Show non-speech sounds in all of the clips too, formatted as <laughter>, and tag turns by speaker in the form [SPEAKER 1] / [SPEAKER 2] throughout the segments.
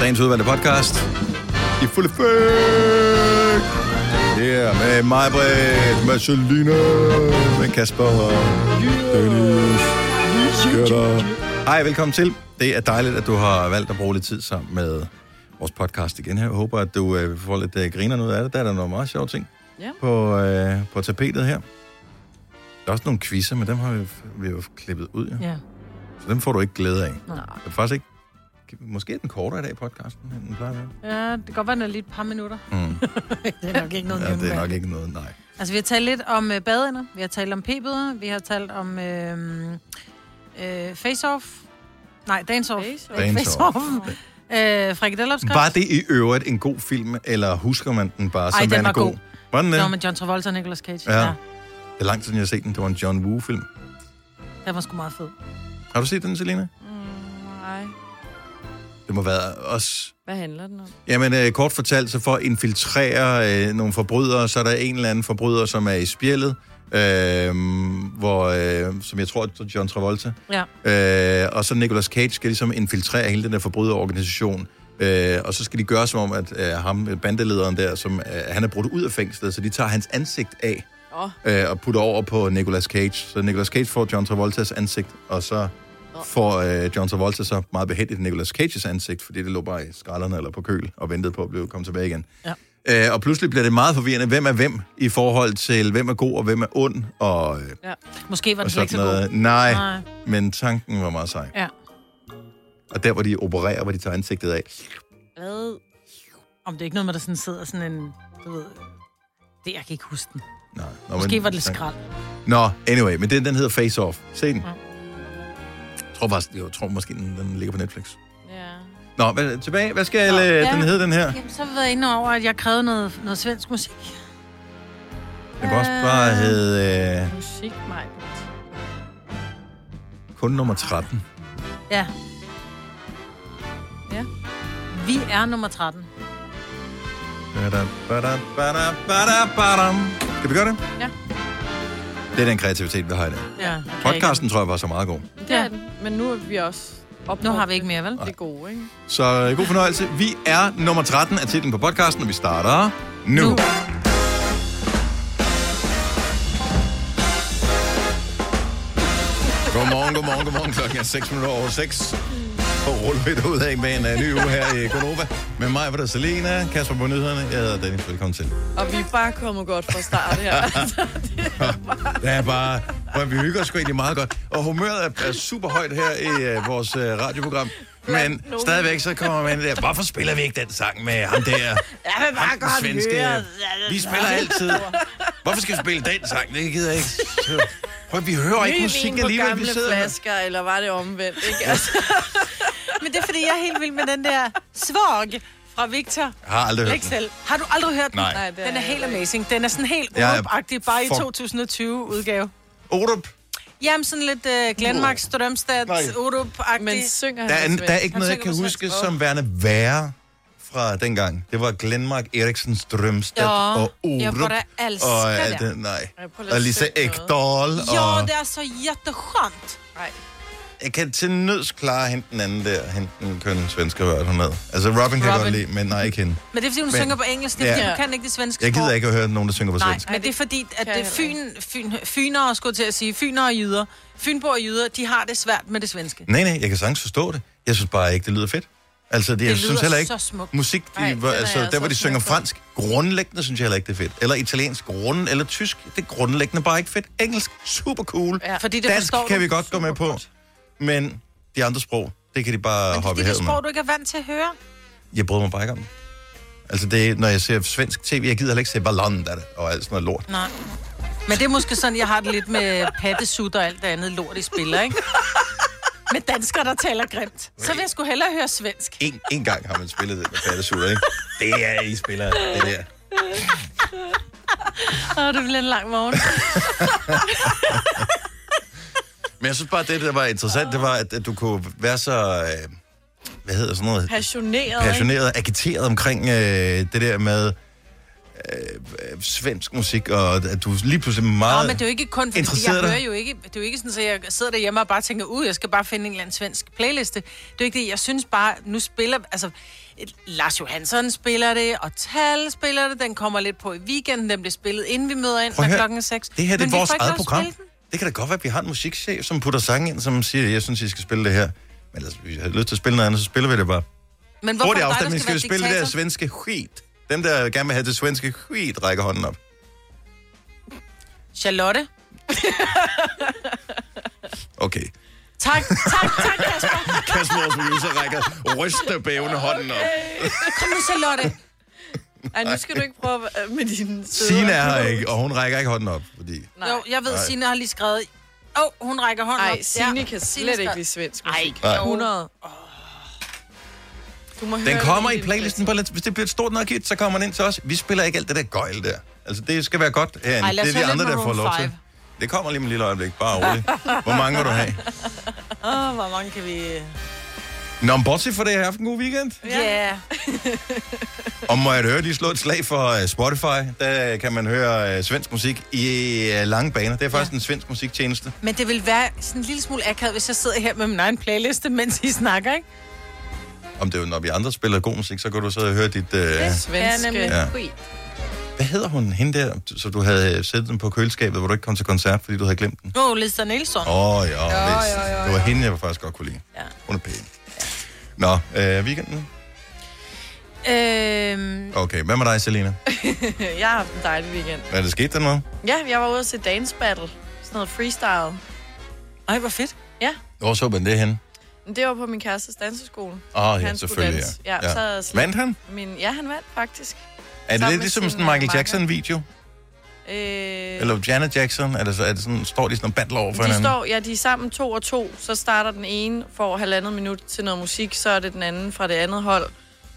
[SPEAKER 1] Dagens udvalgte podcast. I fuld effekt. Yeah, med mig, Britt, med Selina, med Kasper og Dennis. Skøtter. Hej, velkommen til. Det er dejligt, at du har valgt at bruge lidt tid sammen med vores podcast igen her. Jeg håber, at du øh, får lidt øh, griner ud af det. Der er der nogle meget sjove ting
[SPEAKER 2] Ja.
[SPEAKER 1] på, øh, på tapetet her. Der er også nogle quizzer, men dem har vi, vi har jo klippet ud. Ja.
[SPEAKER 2] Ja.
[SPEAKER 1] Så dem får du ikke glæde af.
[SPEAKER 2] Nej.
[SPEAKER 1] Det er faktisk ikke... Måske er den kortere i dag, podcasten, end den plejer at være.
[SPEAKER 2] ja, det kan godt være, den er lige et par <laughs> minutter.
[SPEAKER 1] Mm.
[SPEAKER 2] det er nok ikke noget
[SPEAKER 1] Ja, det er nok
[SPEAKER 2] ikke.
[SPEAKER 1] ikke noget, nej.
[SPEAKER 2] Altså, vi har talt lidt om øh, badeender, vi har talt om p-bøder, vi har talt om øh, øh, face-off. Nej, dance-off.
[SPEAKER 3] Face-off.
[SPEAKER 2] Øh,
[SPEAKER 1] Dance-off.
[SPEAKER 2] <laughs> face-off. Øh, frikadellopskrift.
[SPEAKER 1] Var det i øvrigt en god film, eller husker man den bare som
[SPEAKER 2] Ej, den
[SPEAKER 1] værende
[SPEAKER 2] var god.
[SPEAKER 1] Var den det?
[SPEAKER 2] Nå, med John Travolta og Nicolas Cage.
[SPEAKER 1] Ja.
[SPEAKER 2] Ja. ja.
[SPEAKER 1] Det er lang tid, siden jeg har set den. Det var en John Woo-film.
[SPEAKER 2] Den var sgu meget fed.
[SPEAKER 1] Har du set den, Selina?
[SPEAKER 3] Nej.
[SPEAKER 1] Det må være også...
[SPEAKER 3] Hvad handler den om?
[SPEAKER 1] Jamen, øh, kort fortalt, så for at infiltrere øh, nogle forbrydere, så er der en eller anden forbryder, som er i spjældet, øh, hvor, øh, som jeg tror, er John Travolta.
[SPEAKER 2] Ja.
[SPEAKER 1] Øh, og så Nicolas Cage skal ligesom infiltrere hele den der forbryderorganisation. Øh, og så skal de gøre som om, at øh, ham, øh, bandelederen der, som, øh, han er brudt ud af fængslet, så de tager hans ansigt af
[SPEAKER 3] Åh, oh,
[SPEAKER 1] øh, og putter over på Nicolas Cage. Så Nicolas Cage får John Travoltas ansigt, og så får øh, John Travolta så meget behendigt Nicolas Cages ansigt, fordi det lå bare i skralderne eller på køl og ventede på at blive komme tilbage igen. Ja. Øh, og pludselig bliver det meget forvirrende, hvem er hvem i forhold til, hvem er god og hvem er ond, og, øh,
[SPEAKER 3] ja.
[SPEAKER 2] Måske var
[SPEAKER 1] og
[SPEAKER 2] den ikke så
[SPEAKER 1] sådan
[SPEAKER 2] god.
[SPEAKER 1] noget. Nej,
[SPEAKER 2] Nej.
[SPEAKER 1] men tanken var meget sej.
[SPEAKER 2] Ja.
[SPEAKER 1] Og der, hvor de opererer, hvor de tager ansigtet af.
[SPEAKER 3] Hvad?
[SPEAKER 2] Om det er ikke noget med, der sådan sidder sådan en... Du ved, det, jeg kan ikke huske den.
[SPEAKER 1] Nå, nå,
[SPEAKER 2] Måske
[SPEAKER 1] men-
[SPEAKER 2] var det lidt skrald.
[SPEAKER 1] Nå, anyway, men den, den hedder Face Off. Se den.
[SPEAKER 2] Mm.
[SPEAKER 1] Jeg tror, faktisk, jeg tror måske, den, den ligger på Netflix.
[SPEAKER 3] Ja.
[SPEAKER 1] Nå, hvad, tilbage. Hvad skal Nå, ja. øh, den hedde, den her?
[SPEAKER 2] Jamen, så har vi været inde over, at jeg krævede noget, noget svensk musik.
[SPEAKER 1] Den kan også bare hedde øh,
[SPEAKER 3] Musik, mig.
[SPEAKER 1] kun nummer 13.
[SPEAKER 2] Ja.
[SPEAKER 3] Ja.
[SPEAKER 2] Vi er nummer 13.
[SPEAKER 1] Badam, badam, badam, badam, badam. Skal vi gøre det?
[SPEAKER 3] Ja.
[SPEAKER 1] Det er den kreativitet, vi har i dag.
[SPEAKER 2] Ja.
[SPEAKER 1] Podcasten tror jeg var så meget god.
[SPEAKER 3] Det er den. Men nu er vi også op.
[SPEAKER 2] Nu har vi ikke mere, vel?
[SPEAKER 3] det gode, ikke?
[SPEAKER 1] Så øh, god fornøjelse. Vi er nummer 13 af titlen på podcasten, og vi starter nu. nu. Godmorgen, godmorgen, godmorgen. Klokken er 6 minutter over 6. Og rulle lidt ud af med en øh, ny uge her i Konoba. Med mig var der Selena, Kasper på nyhederne. Jeg hedder Dennis, velkommen til.
[SPEAKER 3] Og vi er bare kommet godt fra start her.
[SPEAKER 1] Det er bare, hvor vi hygger os sgu egentlig meget godt. Og humøret er, er super højt her i uh, vores uh, radioprogram. Men
[SPEAKER 3] nogen.
[SPEAKER 1] stadigvæk så kommer man ind der, hvorfor spiller vi ikke den sang med ham der? Ja, men bare godt svenske. Vi spiller altid. Hvorfor skal vi spille den sang? Det gider jeg ikke. Så- Prøv, at- vi hører ikke musik
[SPEAKER 3] Ny vin på
[SPEAKER 1] alligevel, vi
[SPEAKER 3] gamle
[SPEAKER 1] sidder her.
[SPEAKER 3] flasker, eller var det omvendt,
[SPEAKER 2] <laughs>
[SPEAKER 3] ikke? Altså,
[SPEAKER 2] Men det er, fordi jeg er helt vild med den der svag fra Victor.
[SPEAKER 1] Jeg har aldrig hørt
[SPEAKER 2] Ikke
[SPEAKER 1] den.
[SPEAKER 2] selv. Har du aldrig hørt den?
[SPEAKER 1] Nej. Nej,
[SPEAKER 3] det har
[SPEAKER 2] den er
[SPEAKER 3] jeg
[SPEAKER 2] helt
[SPEAKER 3] heller
[SPEAKER 2] amazing. Den er sådan helt
[SPEAKER 1] Jeg er
[SPEAKER 2] uopagtig, bare i
[SPEAKER 1] for-
[SPEAKER 2] 2020-udgave.
[SPEAKER 1] Orup,
[SPEAKER 2] Jamen sådan lidt uh, Glenmark, Strømstad,
[SPEAKER 1] Nej.
[SPEAKER 2] Urup-agtig.
[SPEAKER 3] men synger han
[SPEAKER 1] der er,
[SPEAKER 3] på
[SPEAKER 1] der er
[SPEAKER 3] svensk?
[SPEAKER 1] ikke noget, jeg kan
[SPEAKER 2] synger på
[SPEAKER 1] huske
[SPEAKER 2] svensk.
[SPEAKER 1] som værende værre fra dengang. Det var Glenmark Eriksen Strømstedt
[SPEAKER 2] Ja.
[SPEAKER 1] og
[SPEAKER 2] Jeg
[SPEAKER 1] Orup.
[SPEAKER 2] borde elska
[SPEAKER 1] og
[SPEAKER 2] det.
[SPEAKER 1] alt det. Nej.
[SPEAKER 3] Jeg prøver lige
[SPEAKER 1] Og
[SPEAKER 3] at
[SPEAKER 1] Lisa
[SPEAKER 3] synge noget.
[SPEAKER 1] Ekdahl.
[SPEAKER 2] Ja,
[SPEAKER 1] og...
[SPEAKER 2] det er så jätteskönt.
[SPEAKER 3] Nej.
[SPEAKER 1] Jeg kan til nøds klare hende den anden der, hende den kønne svenske hørt hun med. Altså Robin kan jeg
[SPEAKER 2] Robin.
[SPEAKER 1] godt lide, men nej, ikke hende.
[SPEAKER 2] Men det er, fordi hun
[SPEAKER 1] Men-
[SPEAKER 2] synger på engelsk. Det er,
[SPEAKER 1] Ja.
[SPEAKER 2] fordi hun kan ikke det svenske
[SPEAKER 1] Jeg gider
[SPEAKER 2] sprog.
[SPEAKER 1] ikke at høre nogen, der synger på
[SPEAKER 2] Nej,
[SPEAKER 1] svensk.
[SPEAKER 2] men det er fordi, at det
[SPEAKER 3] kan jeg heller
[SPEAKER 2] fyn, fyn, fynere, skulle jeg til at sige, fynere og jyder, fynboer og jyder, de har det svært med det svenske.
[SPEAKER 1] Nej, nej, jeg kan sagtens forstå det. Jeg synes bare ikke, det lyder fedt. Altså, det, det jeg
[SPEAKER 2] lyder
[SPEAKER 1] synes heller ikke,
[SPEAKER 2] så smukt.
[SPEAKER 1] musik, de,
[SPEAKER 3] Nej,
[SPEAKER 1] nej,
[SPEAKER 3] den
[SPEAKER 1] hvor,
[SPEAKER 3] er
[SPEAKER 1] altså,
[SPEAKER 3] jeg
[SPEAKER 1] der
[SPEAKER 3] også
[SPEAKER 1] hvor de synger
[SPEAKER 3] med på.
[SPEAKER 1] fransk, grundlæggende synes jeg heller ikke, det er fedt. Eller italiensk, grund, eller tysk, det er grundlæggende bare ikke fedt. Engelsk, super cool.
[SPEAKER 3] Ja.
[SPEAKER 2] Fordi det
[SPEAKER 1] Dansk
[SPEAKER 2] forstår
[SPEAKER 1] kan
[SPEAKER 2] du
[SPEAKER 1] vi godt gå med på, men de andre sprog, det kan de bare
[SPEAKER 2] Men det er
[SPEAKER 1] hoppe
[SPEAKER 2] fordi,
[SPEAKER 1] i
[SPEAKER 2] det
[SPEAKER 1] hævet med.
[SPEAKER 2] sprog, du ikke er vant til at høre.
[SPEAKER 1] Jeg bryder mig bare ikke om det. Altså, det, er- når jeg ser svensk tv, jeg gider heller ikke se Ballon og alt sådan noget lort.
[SPEAKER 2] Nej. Men det er måske sådan, jeg har det lidt med pattesut og alt det andet lort, I spiller, ikke? <laughs> Med danskere, der taler grimt. Så vil jeg sgu hellere høre svensk.
[SPEAKER 1] En, en gang har man spillet det med pattesutter, ikke? Det er, I spiller det der.
[SPEAKER 2] Åh, det bliver en lang morgen.
[SPEAKER 1] Men jeg synes bare, det, der var interessant, det var, at, at du kunne være så... Øh, hvad hedder sådan
[SPEAKER 3] <laughs>
[SPEAKER 1] noget?
[SPEAKER 3] Passioneret, ikke?
[SPEAKER 1] Passioneret, agiteret omkring øh, det der med... øh, øh, svensk musik, og at du lige pludselig er
[SPEAKER 2] Nå,
[SPEAKER 1] meget...
[SPEAKER 2] men det er jo ikke kun, fordi jeg
[SPEAKER 1] interesseret dig?
[SPEAKER 2] hører jo ikke, det er jo ikke sådan, at jeg sidder derhjemme og bare tænker, ud, jeg skal bare finde en eller anden svensk playliste. Det er jo ikke det, jeg synes bare, nu spiller, altså, et- Lars Johansson spiller det, og Tal spiller det, den kommer lidt på i weekenden, den bliver spillet, inden vi møder ind,
[SPEAKER 1] Prøv at
[SPEAKER 2] når
[SPEAKER 1] høre,
[SPEAKER 2] klokken er seks.
[SPEAKER 1] Det her det
[SPEAKER 2] Men
[SPEAKER 1] er
[SPEAKER 2] vi
[SPEAKER 1] vores
[SPEAKER 2] får ikke
[SPEAKER 1] eget
[SPEAKER 2] lov at
[SPEAKER 1] program.
[SPEAKER 2] spille den.
[SPEAKER 1] Det kan da godt være, at vi har en musikchef, som putter sange ind, som siger, jeg synes, I skal spille det her. Men altså, vi har lyst til at spille noget andet, så spiller vi det bare.
[SPEAKER 2] Men hvorfor
[SPEAKER 1] Hvorfor
[SPEAKER 2] er det dig,
[SPEAKER 1] Hurtig
[SPEAKER 2] der
[SPEAKER 1] afstemning, skal
[SPEAKER 2] skal
[SPEAKER 1] vi
[SPEAKER 2] være
[SPEAKER 1] spille det der
[SPEAKER 2] diktator?
[SPEAKER 1] svenske skit. Dem, der gerne vil have det svenske skit, rækker hånden op.
[SPEAKER 2] Charlotte?
[SPEAKER 1] Okay.
[SPEAKER 2] Tak, tak, tak, Kasper.
[SPEAKER 1] <laughs> Kasper, vores producer, rækker rystebævende hånden op.
[SPEAKER 2] Kom nu, Charlotte.
[SPEAKER 3] Ej, nu skal du ikke prøve øh, med dine søde...
[SPEAKER 1] Sina er her ikke, og hun rækker ikke hånden op, fordi...
[SPEAKER 3] Nej.
[SPEAKER 2] Jo, jeg ved,
[SPEAKER 1] Nej.
[SPEAKER 2] Signe har lige skrevet... Åh, oh, hun rækker hånden op.
[SPEAKER 3] Ej,
[SPEAKER 2] Ja.
[SPEAKER 3] Signe kan
[SPEAKER 2] Signe
[SPEAKER 3] slet ikke
[SPEAKER 2] skrev-
[SPEAKER 3] lide svensk
[SPEAKER 2] Ej,
[SPEAKER 3] musik.
[SPEAKER 1] Nej.
[SPEAKER 2] 100.
[SPEAKER 3] Du må høre
[SPEAKER 1] Den
[SPEAKER 3] det
[SPEAKER 1] kommer i
[SPEAKER 3] hele
[SPEAKER 1] playlisten på lidt. Hvis det bliver et stort nok hit, så kommer den ind til os. Vi spiller ikke alt det der gøjl der. Altså, det skal være godt herinde.
[SPEAKER 2] Ej, lad os
[SPEAKER 1] det er de
[SPEAKER 2] høre
[SPEAKER 1] andre,
[SPEAKER 2] lidt
[SPEAKER 1] der får
[SPEAKER 2] Maroon
[SPEAKER 1] lov til.
[SPEAKER 2] 5.
[SPEAKER 1] Det kommer lige om et lille øjeblik. Bare roligt. Hvor mange vil du have?
[SPEAKER 2] <laughs> Åh, oh, hvor mange kan vi...
[SPEAKER 1] Nå, men bortset fra det, har I haft en god weekend.
[SPEAKER 2] Ja. Yeah.
[SPEAKER 1] Og må jeg da høre, de slå et slag for øh, Spotify. Der øh, kan man høre øh, svensk musik i øh, lange baner. Det er faktisk en svensk musiktjeneste.
[SPEAKER 2] Men det vil være sådan en lille smule akavet, hvis jeg sidder her med min egen playliste, mens I snakker, ikke?
[SPEAKER 1] Om det er jo, når vi andre spiller god musik, så kan du sidde og høre dit... Øh...
[SPEAKER 3] Svenske.
[SPEAKER 2] nemlig.
[SPEAKER 1] Ja.
[SPEAKER 3] skit.
[SPEAKER 1] Hvad hedder hun, hende der, så du havde øh, sættet den på køleskabet, hvor du ikke kom til koncert, fordi du havde glemt den?
[SPEAKER 2] Åh, oh, Lisa Nielsen. Oh.
[SPEAKER 1] Åh, oh, ja, ja, Det var hende, jeg faktisk godt kunne lide.
[SPEAKER 2] Ja.
[SPEAKER 1] Hun er pæn. Nå, øh, weekenden?
[SPEAKER 2] Øhm,
[SPEAKER 1] Okay, hvad med dig, Selina?
[SPEAKER 3] <laughs> Jeg har haft en dejlig weekend.
[SPEAKER 1] Hvad er der sket der noget?
[SPEAKER 3] Ja, jeg var ude og se Dance Battle. Sådan noget freestyle.
[SPEAKER 2] ej, hvor fedt.
[SPEAKER 3] Ja,
[SPEAKER 1] Hvor så man det henne?
[SPEAKER 3] men det var på min kærestes danseskole.
[SPEAKER 1] Åh, oh, ja,
[SPEAKER 3] Han skulle
[SPEAKER 1] selvfølgelig,
[SPEAKER 3] danse.
[SPEAKER 1] ja.
[SPEAKER 3] Ja, så slet-
[SPEAKER 1] Vandt han?
[SPEAKER 3] Min, ja, han vandt faktisk.
[SPEAKER 1] Er det
[SPEAKER 3] Sammen
[SPEAKER 1] lidt
[SPEAKER 3] med
[SPEAKER 1] ligesom
[SPEAKER 3] sin,
[SPEAKER 1] sådan en
[SPEAKER 3] øh,
[SPEAKER 1] Michael
[SPEAKER 3] makker.
[SPEAKER 1] Jackson-video?
[SPEAKER 3] Øh,
[SPEAKER 1] Eller Janet Jackson? Er det, så, er det sådan, står de sådan og battler over for
[SPEAKER 3] de
[SPEAKER 1] hinanden?
[SPEAKER 3] står, ja, de er sammen to og to, så starter den ene, får halvandet minut til noget musik, så er det den anden fra det andet hold,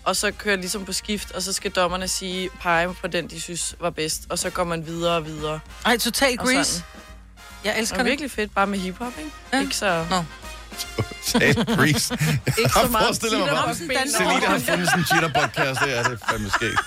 [SPEAKER 3] og så kører ligesom på skift, og så skal dommerne sige, pege på den, de synes var bedst, og så går man videre og videre.
[SPEAKER 2] Ej, total
[SPEAKER 3] Og
[SPEAKER 2] Grease.
[SPEAKER 3] sådan.
[SPEAKER 2] Jeg elsker
[SPEAKER 3] Det er
[SPEAKER 2] det.
[SPEAKER 3] virkelig fedt, bare med hiphop, ikke?
[SPEAKER 2] Ja.
[SPEAKER 3] Ja. Ikke så...
[SPEAKER 2] Nå.
[SPEAKER 1] Sal
[SPEAKER 2] <laughs>
[SPEAKER 1] Breeze.
[SPEAKER 3] Ikke
[SPEAKER 1] Jeg forestiller mig bare,
[SPEAKER 2] Signe Momsen danser.
[SPEAKER 1] Selina har fundet sådan en cheater-podcast. Det er det fandme skægt.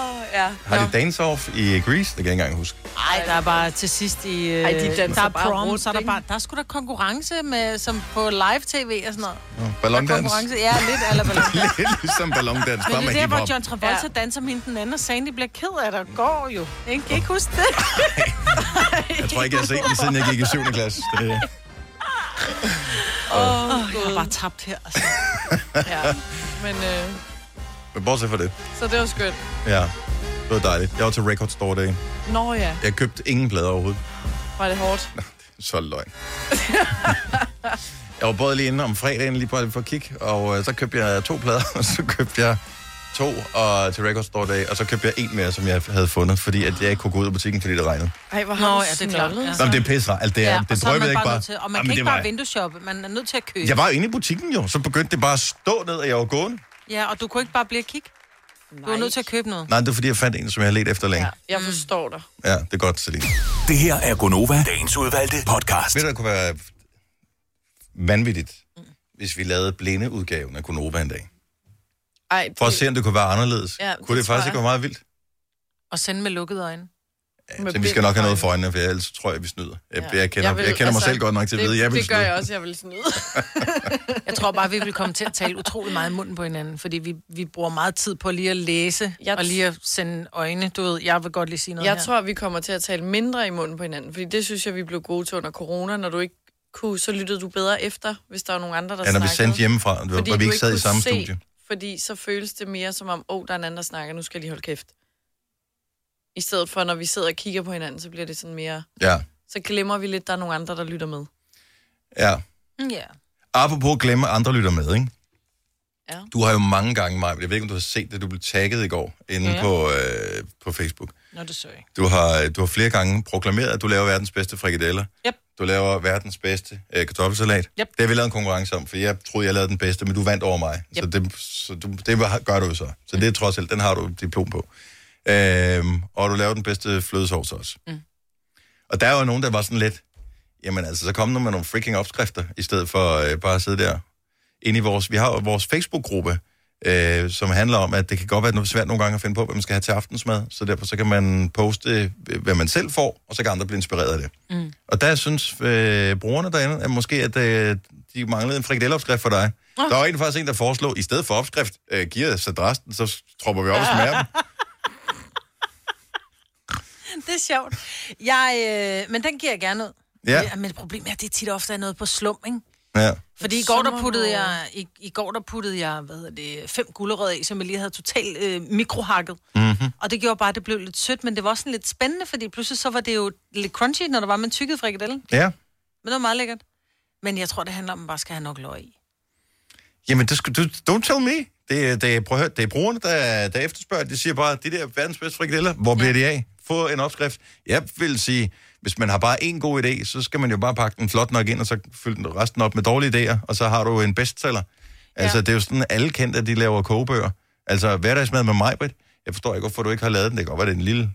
[SPEAKER 3] Oh, ja.
[SPEAKER 1] Har de dance-off i Grease? Det kan jeg ikke engang huske.
[SPEAKER 2] Ej, der er bare til sidst i... Øh,
[SPEAKER 3] Ej, de danser
[SPEAKER 2] der er
[SPEAKER 3] bare
[SPEAKER 2] prom,
[SPEAKER 3] rundt,
[SPEAKER 2] så er der
[SPEAKER 3] ikke?
[SPEAKER 2] bare... Der er sgu da konkurrence med, som på live-tv og sådan noget. Der
[SPEAKER 1] Nå,
[SPEAKER 2] er
[SPEAKER 1] Ballondans.
[SPEAKER 2] konkurrence. Ja, lidt eller ballon.
[SPEAKER 1] <laughs> Lidt ligesom ballondans. Bare
[SPEAKER 2] Men
[SPEAKER 1] med
[SPEAKER 2] det er der, hvor
[SPEAKER 1] hiphop.
[SPEAKER 2] John Travolta ja.
[SPEAKER 3] Ja.
[SPEAKER 2] danser med hende den anden, og Sandy bliver ked af det og går jo. Jeg kan I ikke huske det.
[SPEAKER 1] Jeg tror ikke, jeg har set den, siden jeg gik i 7. klasse. Det-
[SPEAKER 3] Oh,
[SPEAKER 2] Jeg har bare
[SPEAKER 3] God.
[SPEAKER 2] tabt her. Altså.
[SPEAKER 3] Ja. Men øh,
[SPEAKER 1] Men bortset fra det.
[SPEAKER 3] så det var skønt.
[SPEAKER 1] Ja. Det var dejligt. Jeg var til Record Store Day.
[SPEAKER 3] Nå ja,
[SPEAKER 1] Jeg købte ingen plader overhovedet.
[SPEAKER 3] var det hårdt.
[SPEAKER 1] Så løgn. jeg var både lige inde om fredagen, lige bare for at kigge, og øh, så købte jeg to plader, <laughs> og så købte jeg to og til Record Store Day, og så købte jeg en mere, som jeg havde fundet, fordi at jeg ikke kunne gå ud af butikken, fordi det regnede.
[SPEAKER 3] Ej, hvor
[SPEAKER 2] Nå,
[SPEAKER 3] har du
[SPEAKER 2] ja, det er klart,
[SPEAKER 3] snollet,
[SPEAKER 2] ja.
[SPEAKER 3] så.
[SPEAKER 1] Nå, men det er pisse altså, det, er,
[SPEAKER 2] og
[SPEAKER 1] det
[SPEAKER 2] så er man
[SPEAKER 1] drømmer jeg ikke bare.
[SPEAKER 2] nødt Til, og man
[SPEAKER 1] Jamen,
[SPEAKER 2] kan ikke
[SPEAKER 1] det
[SPEAKER 2] bare
[SPEAKER 1] var-
[SPEAKER 2] vindueshoppe, man er nødt til at købe.
[SPEAKER 1] Jeg var jo inde i butikken jo, så begyndte det bare at stå ned, og jeg var gået.
[SPEAKER 2] Ja, og du kunne ikke bare blive og kigge. Du var nødt til at købe noget. Mm.
[SPEAKER 1] Nej, det er fordi, jeg fandt en, som jeg har let efter længe.
[SPEAKER 3] Ja, jeg forstår dig.
[SPEAKER 1] Ja, det er godt, Celine.
[SPEAKER 4] Det her er Gonova, dagens udvalgte podcast.
[SPEAKER 1] Ved du, det kunne være vanvittigt, hvis vi lavede blindeudgaven af Konoba en dag?
[SPEAKER 3] Ej, det,
[SPEAKER 1] For at se, om det kunne være anderledes.
[SPEAKER 3] Ja,
[SPEAKER 1] kunne det,
[SPEAKER 3] det
[SPEAKER 1] det
[SPEAKER 3] tror
[SPEAKER 1] faktisk ikke
[SPEAKER 3] jeg.
[SPEAKER 1] være meget vildt?
[SPEAKER 2] Og sende med lukkede øjne.
[SPEAKER 3] med
[SPEAKER 1] Så vi skal nok have
[SPEAKER 3] bind-
[SPEAKER 1] noget for øjnene, for ellers tror jeg, vi snyder. Jeg,
[SPEAKER 3] Ja.
[SPEAKER 1] jeg kender, jeg
[SPEAKER 3] vil-
[SPEAKER 1] jeg kender mig
[SPEAKER 3] altså,
[SPEAKER 1] selv godt nok til at vide, at jeg vil
[SPEAKER 3] Det gør
[SPEAKER 1] snyde.
[SPEAKER 3] jeg også, jeg vil snyde.
[SPEAKER 1] <laughs>
[SPEAKER 2] Jeg tror bare, vi vil komme til at tale utrolig meget i munden på hinanden, fordi vi, vi bruger meget tid på lige at læse
[SPEAKER 3] Jeg
[SPEAKER 2] og
[SPEAKER 3] t-
[SPEAKER 2] lige at sende øjne. Du ved, jeg vil godt lige sige noget
[SPEAKER 3] Jeg
[SPEAKER 2] her.
[SPEAKER 3] tror, vi kommer til at tale mindre i munden på hinanden, fordi det synes jeg, vi blev gode til under corona. Når du ikke kunne, så lyttede du bedre efter, hvis der var nogen andre, der
[SPEAKER 1] Ja, når vi
[SPEAKER 3] snakkede.
[SPEAKER 1] sendte hjemmefra, hvor vi
[SPEAKER 3] du
[SPEAKER 1] ikke sad i
[SPEAKER 3] kunne
[SPEAKER 1] samme
[SPEAKER 3] se,
[SPEAKER 1] studie.
[SPEAKER 3] Fordi så føles det mere som om, åh, oh, der er en anden, der snakker, nu skal jeg lige holde kæft. I stedet for, når vi sidder og kigger på hinanden, så bliver det sådan mere...
[SPEAKER 1] Ja,
[SPEAKER 3] Så glemmer vi lidt, der er nogen andre, der lytter med.
[SPEAKER 1] ja.
[SPEAKER 2] Mm, Ja.
[SPEAKER 1] Apropos at glemme, at andre lytter med, ikke?
[SPEAKER 3] Ja.
[SPEAKER 1] Du har jo mange gange, mig, jeg ved ikke, om du har set det, du blev tagget i går inde
[SPEAKER 3] Ja.
[SPEAKER 1] på, øh, på Facebook.
[SPEAKER 2] Nå, det så jeg. ikke.
[SPEAKER 1] Du har, øh, du har flere gange proklameret, at du laver verdens bedste frikadeller.
[SPEAKER 2] Yep.
[SPEAKER 1] Du laver verdens bedste øh, kartoffelsalat.
[SPEAKER 2] Yep.
[SPEAKER 1] Det har vi lavet en konkurrence om, for jeg troede, jeg lavede den bedste, men du vandt over mig. Yep. Så, det, så du, det var- gør du jo så. Så det er trods alt, den har du diplom på. Øhm, og du laver den bedste flødesovs også. Mm. Og der er jo nogen, der var sådan lidt, jamen altså, så kom nu med nogle freaking opskrifter, i stedet for øh, bare at sidde der inde i vores, vi har jo vores Facebook-gruppe, øh, som handler om, at det kan godt være noget svært nogle gange at finde på, hvad man skal have til aftensmad, så derfor så kan man poste, øh, hvad man selv får, og så kan andre blive inspireret af det. Mm. Og der synes øh, brugerne derinde, at måske at øh, de manglede en frikadelleopskrift for dig. Oh. Der var en faktisk en, der foreslog, i stedet for opskrift, øh, giver os adressen, så tropper vi op og smager dem.
[SPEAKER 2] Det er sjovt. Jeg, øh, men den giver jeg gerne ud.
[SPEAKER 1] Ja.
[SPEAKER 2] Men problemet er, at det tit ofte er noget på slum, ikke?
[SPEAKER 1] Ja.
[SPEAKER 2] Fordi i går, der puttede jeg, i, i går, der puttede jeg hvad hedder det, fem gulerødder i, som jeg lige havde totalt øh, mikrohakket.
[SPEAKER 1] Mhm.
[SPEAKER 2] Mm-hmm. Og det gjorde bare, at det blev lidt sødt, men det var også sådan lidt spændende, fordi pludselig så var det jo lidt crunchy, når der var med tykket frikadelle. Men
[SPEAKER 1] ja.
[SPEAKER 2] det var meget lækkert. Men jeg tror, det handler om, at man bare skal have nok løg i.
[SPEAKER 1] Jamen, det skal, du, don't tell me. Det, er- det, er- prøv at høre, det er brugerne, der, der efterspørger. De siger bare, de der verdens bedste frikadeller, hvor bliver de af? Få en opskrift. Jeg vil sige, hvis man har bare en god idé, så skal man jo bare pakke den flot nok ind, og så fylde den resten op med dårlige idéer, og så har du en bestseller. Altså,
[SPEAKER 2] Ja.
[SPEAKER 1] det er jo sådan, alle kendte, at de laver kogebøger. Altså, hverdagsmad med mig, Britt. Jeg forstår ikke, hvorfor du ikke har lavet den. Det kan godt være, det er en lille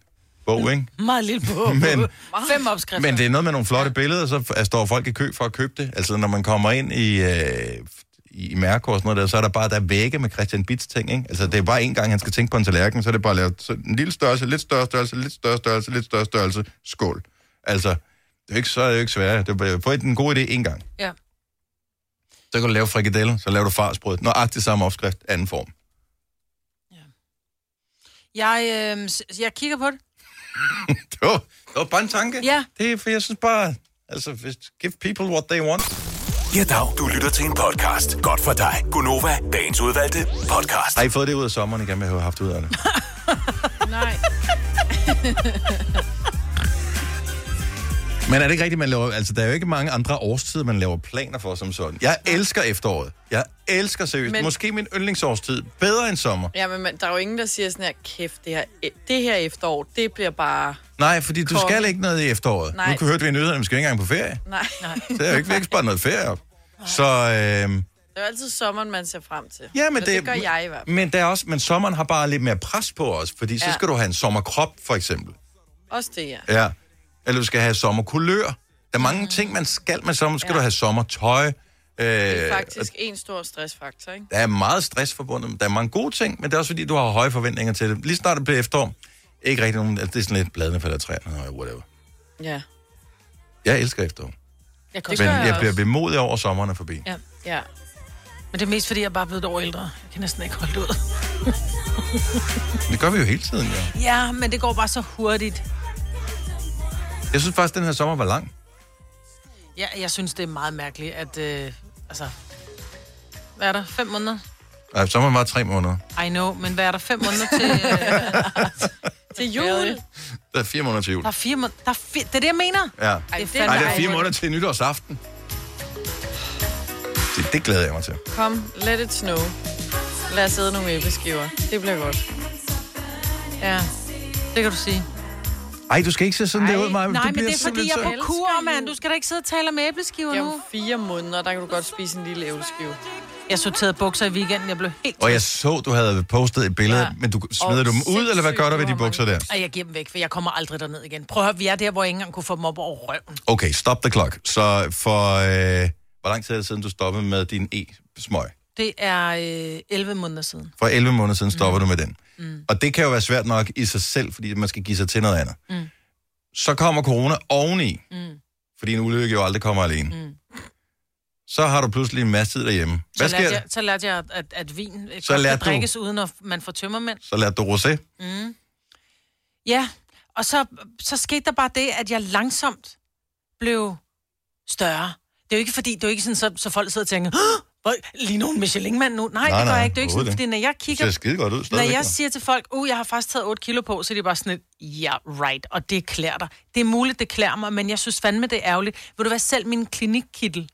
[SPEAKER 1] bog, ikke?
[SPEAKER 2] Meget lille på.
[SPEAKER 1] Men-
[SPEAKER 2] <laughs> fem opskrifter.
[SPEAKER 1] Men det er noget med nogle flotte billeder, så f- står folk i kø for at købe det. Altså, når man kommer ind i, øh, i Mærko og sådan noget der, så er der bare der er vægge med Christian Bits ting, ikke? Altså, det er bare en gang, han skal tænke på en tallerken, så er det bare lavet så en lille størrelse, lidt større størrelse, lidt større størrelse, lidt større størrelse, skål. Altså, det er jo ikke, så er det jo ikke sværere. Det er bare, få en god idé en gang.
[SPEAKER 2] Ja.
[SPEAKER 1] Så kan du lave frikadeller, så laver du farsbrød. Nøjagtigt samme opskrift, anden form.
[SPEAKER 2] Jeg, øh, s- jeg kigger på det.
[SPEAKER 1] Det var, det var bare en tanke.
[SPEAKER 2] Ja.
[SPEAKER 1] Det er, for jeg synes bare, altså, hvis- give people what they want.
[SPEAKER 4] Ja, dag. Du lytter til en podcast. Godt for dig. Gunova, dagens udvalgte podcast.
[SPEAKER 1] Har I fået det ud af sommeren igen, jeg har haft ud af det?
[SPEAKER 3] <laughs> Nej.
[SPEAKER 1] <laughs> Men er det ikke rigtigt, man laver... Altså, der er jo ikke mange andre årstider, man laver planer for som sådan. Jeg elsker efteråret. Jeg elsker seriøst. Men...
[SPEAKER 3] Men-
[SPEAKER 1] Måske min yndlingsårstid. Bedre end sommer.
[SPEAKER 3] Ja, men man- der er jo ingen, der siger sådan her, kæft, det her, e- det her efterår, det bliver bare...
[SPEAKER 1] Nej, fordi du
[SPEAKER 3] Konge.
[SPEAKER 1] skal ikke noget i efteråret.
[SPEAKER 3] Nej.
[SPEAKER 1] Nu kan hørte vi i nyhederne, at vi skal ikke engang på ferie.
[SPEAKER 3] Nej. Nej.
[SPEAKER 1] Det er
[SPEAKER 3] <laughs>
[SPEAKER 1] jo ikke, vi har ikke sparet noget ferie op. Så, øh,
[SPEAKER 3] Det er jo altid sommeren, man ser frem til.
[SPEAKER 1] ja, men
[SPEAKER 3] Eller det gør jeg i hvert fald.
[SPEAKER 1] Men, der er også, men sommeren har bare lidt mere pres på os, fordi så
[SPEAKER 3] Ja.
[SPEAKER 1] skal du have en sommerkrop, for eksempel.
[SPEAKER 3] Også det, ja.
[SPEAKER 1] Ja. Eller du skal have sommerkulør. Der er mange ting, man skal med sommer. Skal ja. du have sommertøj. Øh,
[SPEAKER 3] Det er faktisk en stor stressfaktor, ikke?
[SPEAKER 1] Der er meget stress forbundet, men der er mange gode ting, men det er også fordi, du har høje forventninger til det. Lige snart det bliver efterår, ikke rigtig nogen, altså, det er sådan lidt bladene falder af træerne, og whatever.
[SPEAKER 3] Ja.
[SPEAKER 1] Jeg elsker efterår,
[SPEAKER 2] Jeg
[SPEAKER 3] Det
[SPEAKER 1] men
[SPEAKER 3] gør
[SPEAKER 1] jeg,
[SPEAKER 3] jeg
[SPEAKER 1] jeg bliver
[SPEAKER 3] også.
[SPEAKER 1] bemodet over at sommeren er forbi. Ja.
[SPEAKER 2] Ja.
[SPEAKER 3] Ja.
[SPEAKER 2] Men det er mest, fordi jeg bare er blevet et år ældre. Jeg kan næsten ikke holde det <laughs> ud.
[SPEAKER 1] Det gør vi jo hele tiden, jo.
[SPEAKER 2] Ja, men det går bare så hurtigt.
[SPEAKER 1] Jeg synes faktisk, at den her sommer var lang.
[SPEAKER 2] Ja, jeg synes, det er meget mærkeligt, at... Øh, altså, hvad er der? Fem måneder?
[SPEAKER 1] Nej, sommeren var tre måneder.
[SPEAKER 2] I know, men hvad er der? Fem måneder til... Øh,
[SPEAKER 3] <laughs> Til jul.
[SPEAKER 1] Der er fire måneder til jul.
[SPEAKER 2] der er fire måneder. Der er fire, det er det, jeg mener.
[SPEAKER 1] Ja.
[SPEAKER 3] Ej,
[SPEAKER 2] Det er
[SPEAKER 3] det er
[SPEAKER 2] fandme
[SPEAKER 1] Nej, der er
[SPEAKER 2] ej,
[SPEAKER 1] fire
[SPEAKER 2] hvor-
[SPEAKER 1] måneder til nytårsaften. Det, det glæder jeg mig til.
[SPEAKER 3] Kom, let it snow. Lad os sidde nogle æbleskiver. Det bliver godt.
[SPEAKER 2] Ja, det kan du sige.
[SPEAKER 1] Ej, du skal ikke se sådan der ud, Maja.
[SPEAKER 2] Nej, men det er fordi, jeg er på
[SPEAKER 3] så-
[SPEAKER 2] kur,
[SPEAKER 3] Elsker
[SPEAKER 2] mand.
[SPEAKER 3] jul.
[SPEAKER 2] Du skal da ikke sidde og tale om æbleskiver
[SPEAKER 3] Det er
[SPEAKER 2] nu.
[SPEAKER 3] om fire måneder, der kan du godt spise en lille æbleskive.
[SPEAKER 2] Jeg sorterede bukser i weekenden. Jeg blev helt...
[SPEAKER 1] Og jeg så, du havde postet et billede, ja.
[SPEAKER 3] Ja.
[SPEAKER 1] men du, smider
[SPEAKER 3] Og
[SPEAKER 1] du dem ud, eller hvad gør du ved
[SPEAKER 3] sindssygt,
[SPEAKER 1] de
[SPEAKER 3] hvor
[SPEAKER 1] bukser der?
[SPEAKER 2] Og jeg giver dem væk, for jeg kommer aldrig derned igen. Prøv at høre, vi er der, hvor jeg ikke engang kunne få dem op over røven.
[SPEAKER 1] Okay, stop the clock. Så for... Øh, hvor lang tid er det siden, du stoppede med din e-smøg?
[SPEAKER 2] Det er øh, 11 måneder siden.
[SPEAKER 1] For 11 måneder siden stopper mm. du med den. Mm. Og det kan jo være svært nok i sig selv, fordi man skal give sig til noget andet. Mm. Så kommer corona oveni, mm. fordi en ulykke jo aldrig kommer alene. Mm. Så har du pludselig en masse tid derhjemme. Hvad
[SPEAKER 2] Så
[SPEAKER 1] sker
[SPEAKER 2] lærte
[SPEAKER 1] der?
[SPEAKER 2] jeg, så lærte jeg, at, at vin
[SPEAKER 1] Så
[SPEAKER 2] så godt
[SPEAKER 1] lærte
[SPEAKER 2] kan
[SPEAKER 1] du-
[SPEAKER 2] drikkes, du. uden at man får tømmermænd.
[SPEAKER 1] Så lærte du rosé.
[SPEAKER 2] Mm. Ja, og så, så skete der bare det, at jeg langsomt blev større. Det er jo ikke fordi, det er jo ikke sådan, så, så folk sidder og tænker, "Åh, hvor lige nogen Michelin-mand nu. Nej,
[SPEAKER 1] Nej,
[SPEAKER 2] nej, det gør
[SPEAKER 1] nej,
[SPEAKER 2] jeg ikke. Det er jo ikke sådan,
[SPEAKER 1] overhovedet
[SPEAKER 2] fordi når jeg
[SPEAKER 1] Det ser
[SPEAKER 2] kigger,
[SPEAKER 1] skide godt ud
[SPEAKER 2] når
[SPEAKER 1] stadigvæk.
[SPEAKER 2] jeg
[SPEAKER 1] jo.
[SPEAKER 2] siger til folk, uh, jeg har faktisk taget 8 kilo på, så er de bare sådan lidt, ja, yeah, right, og det klæder dig. Det er muligt, det klæder mig, men jeg synes fandme, det er ærgerligt. Vil du være selv min klinikkittel?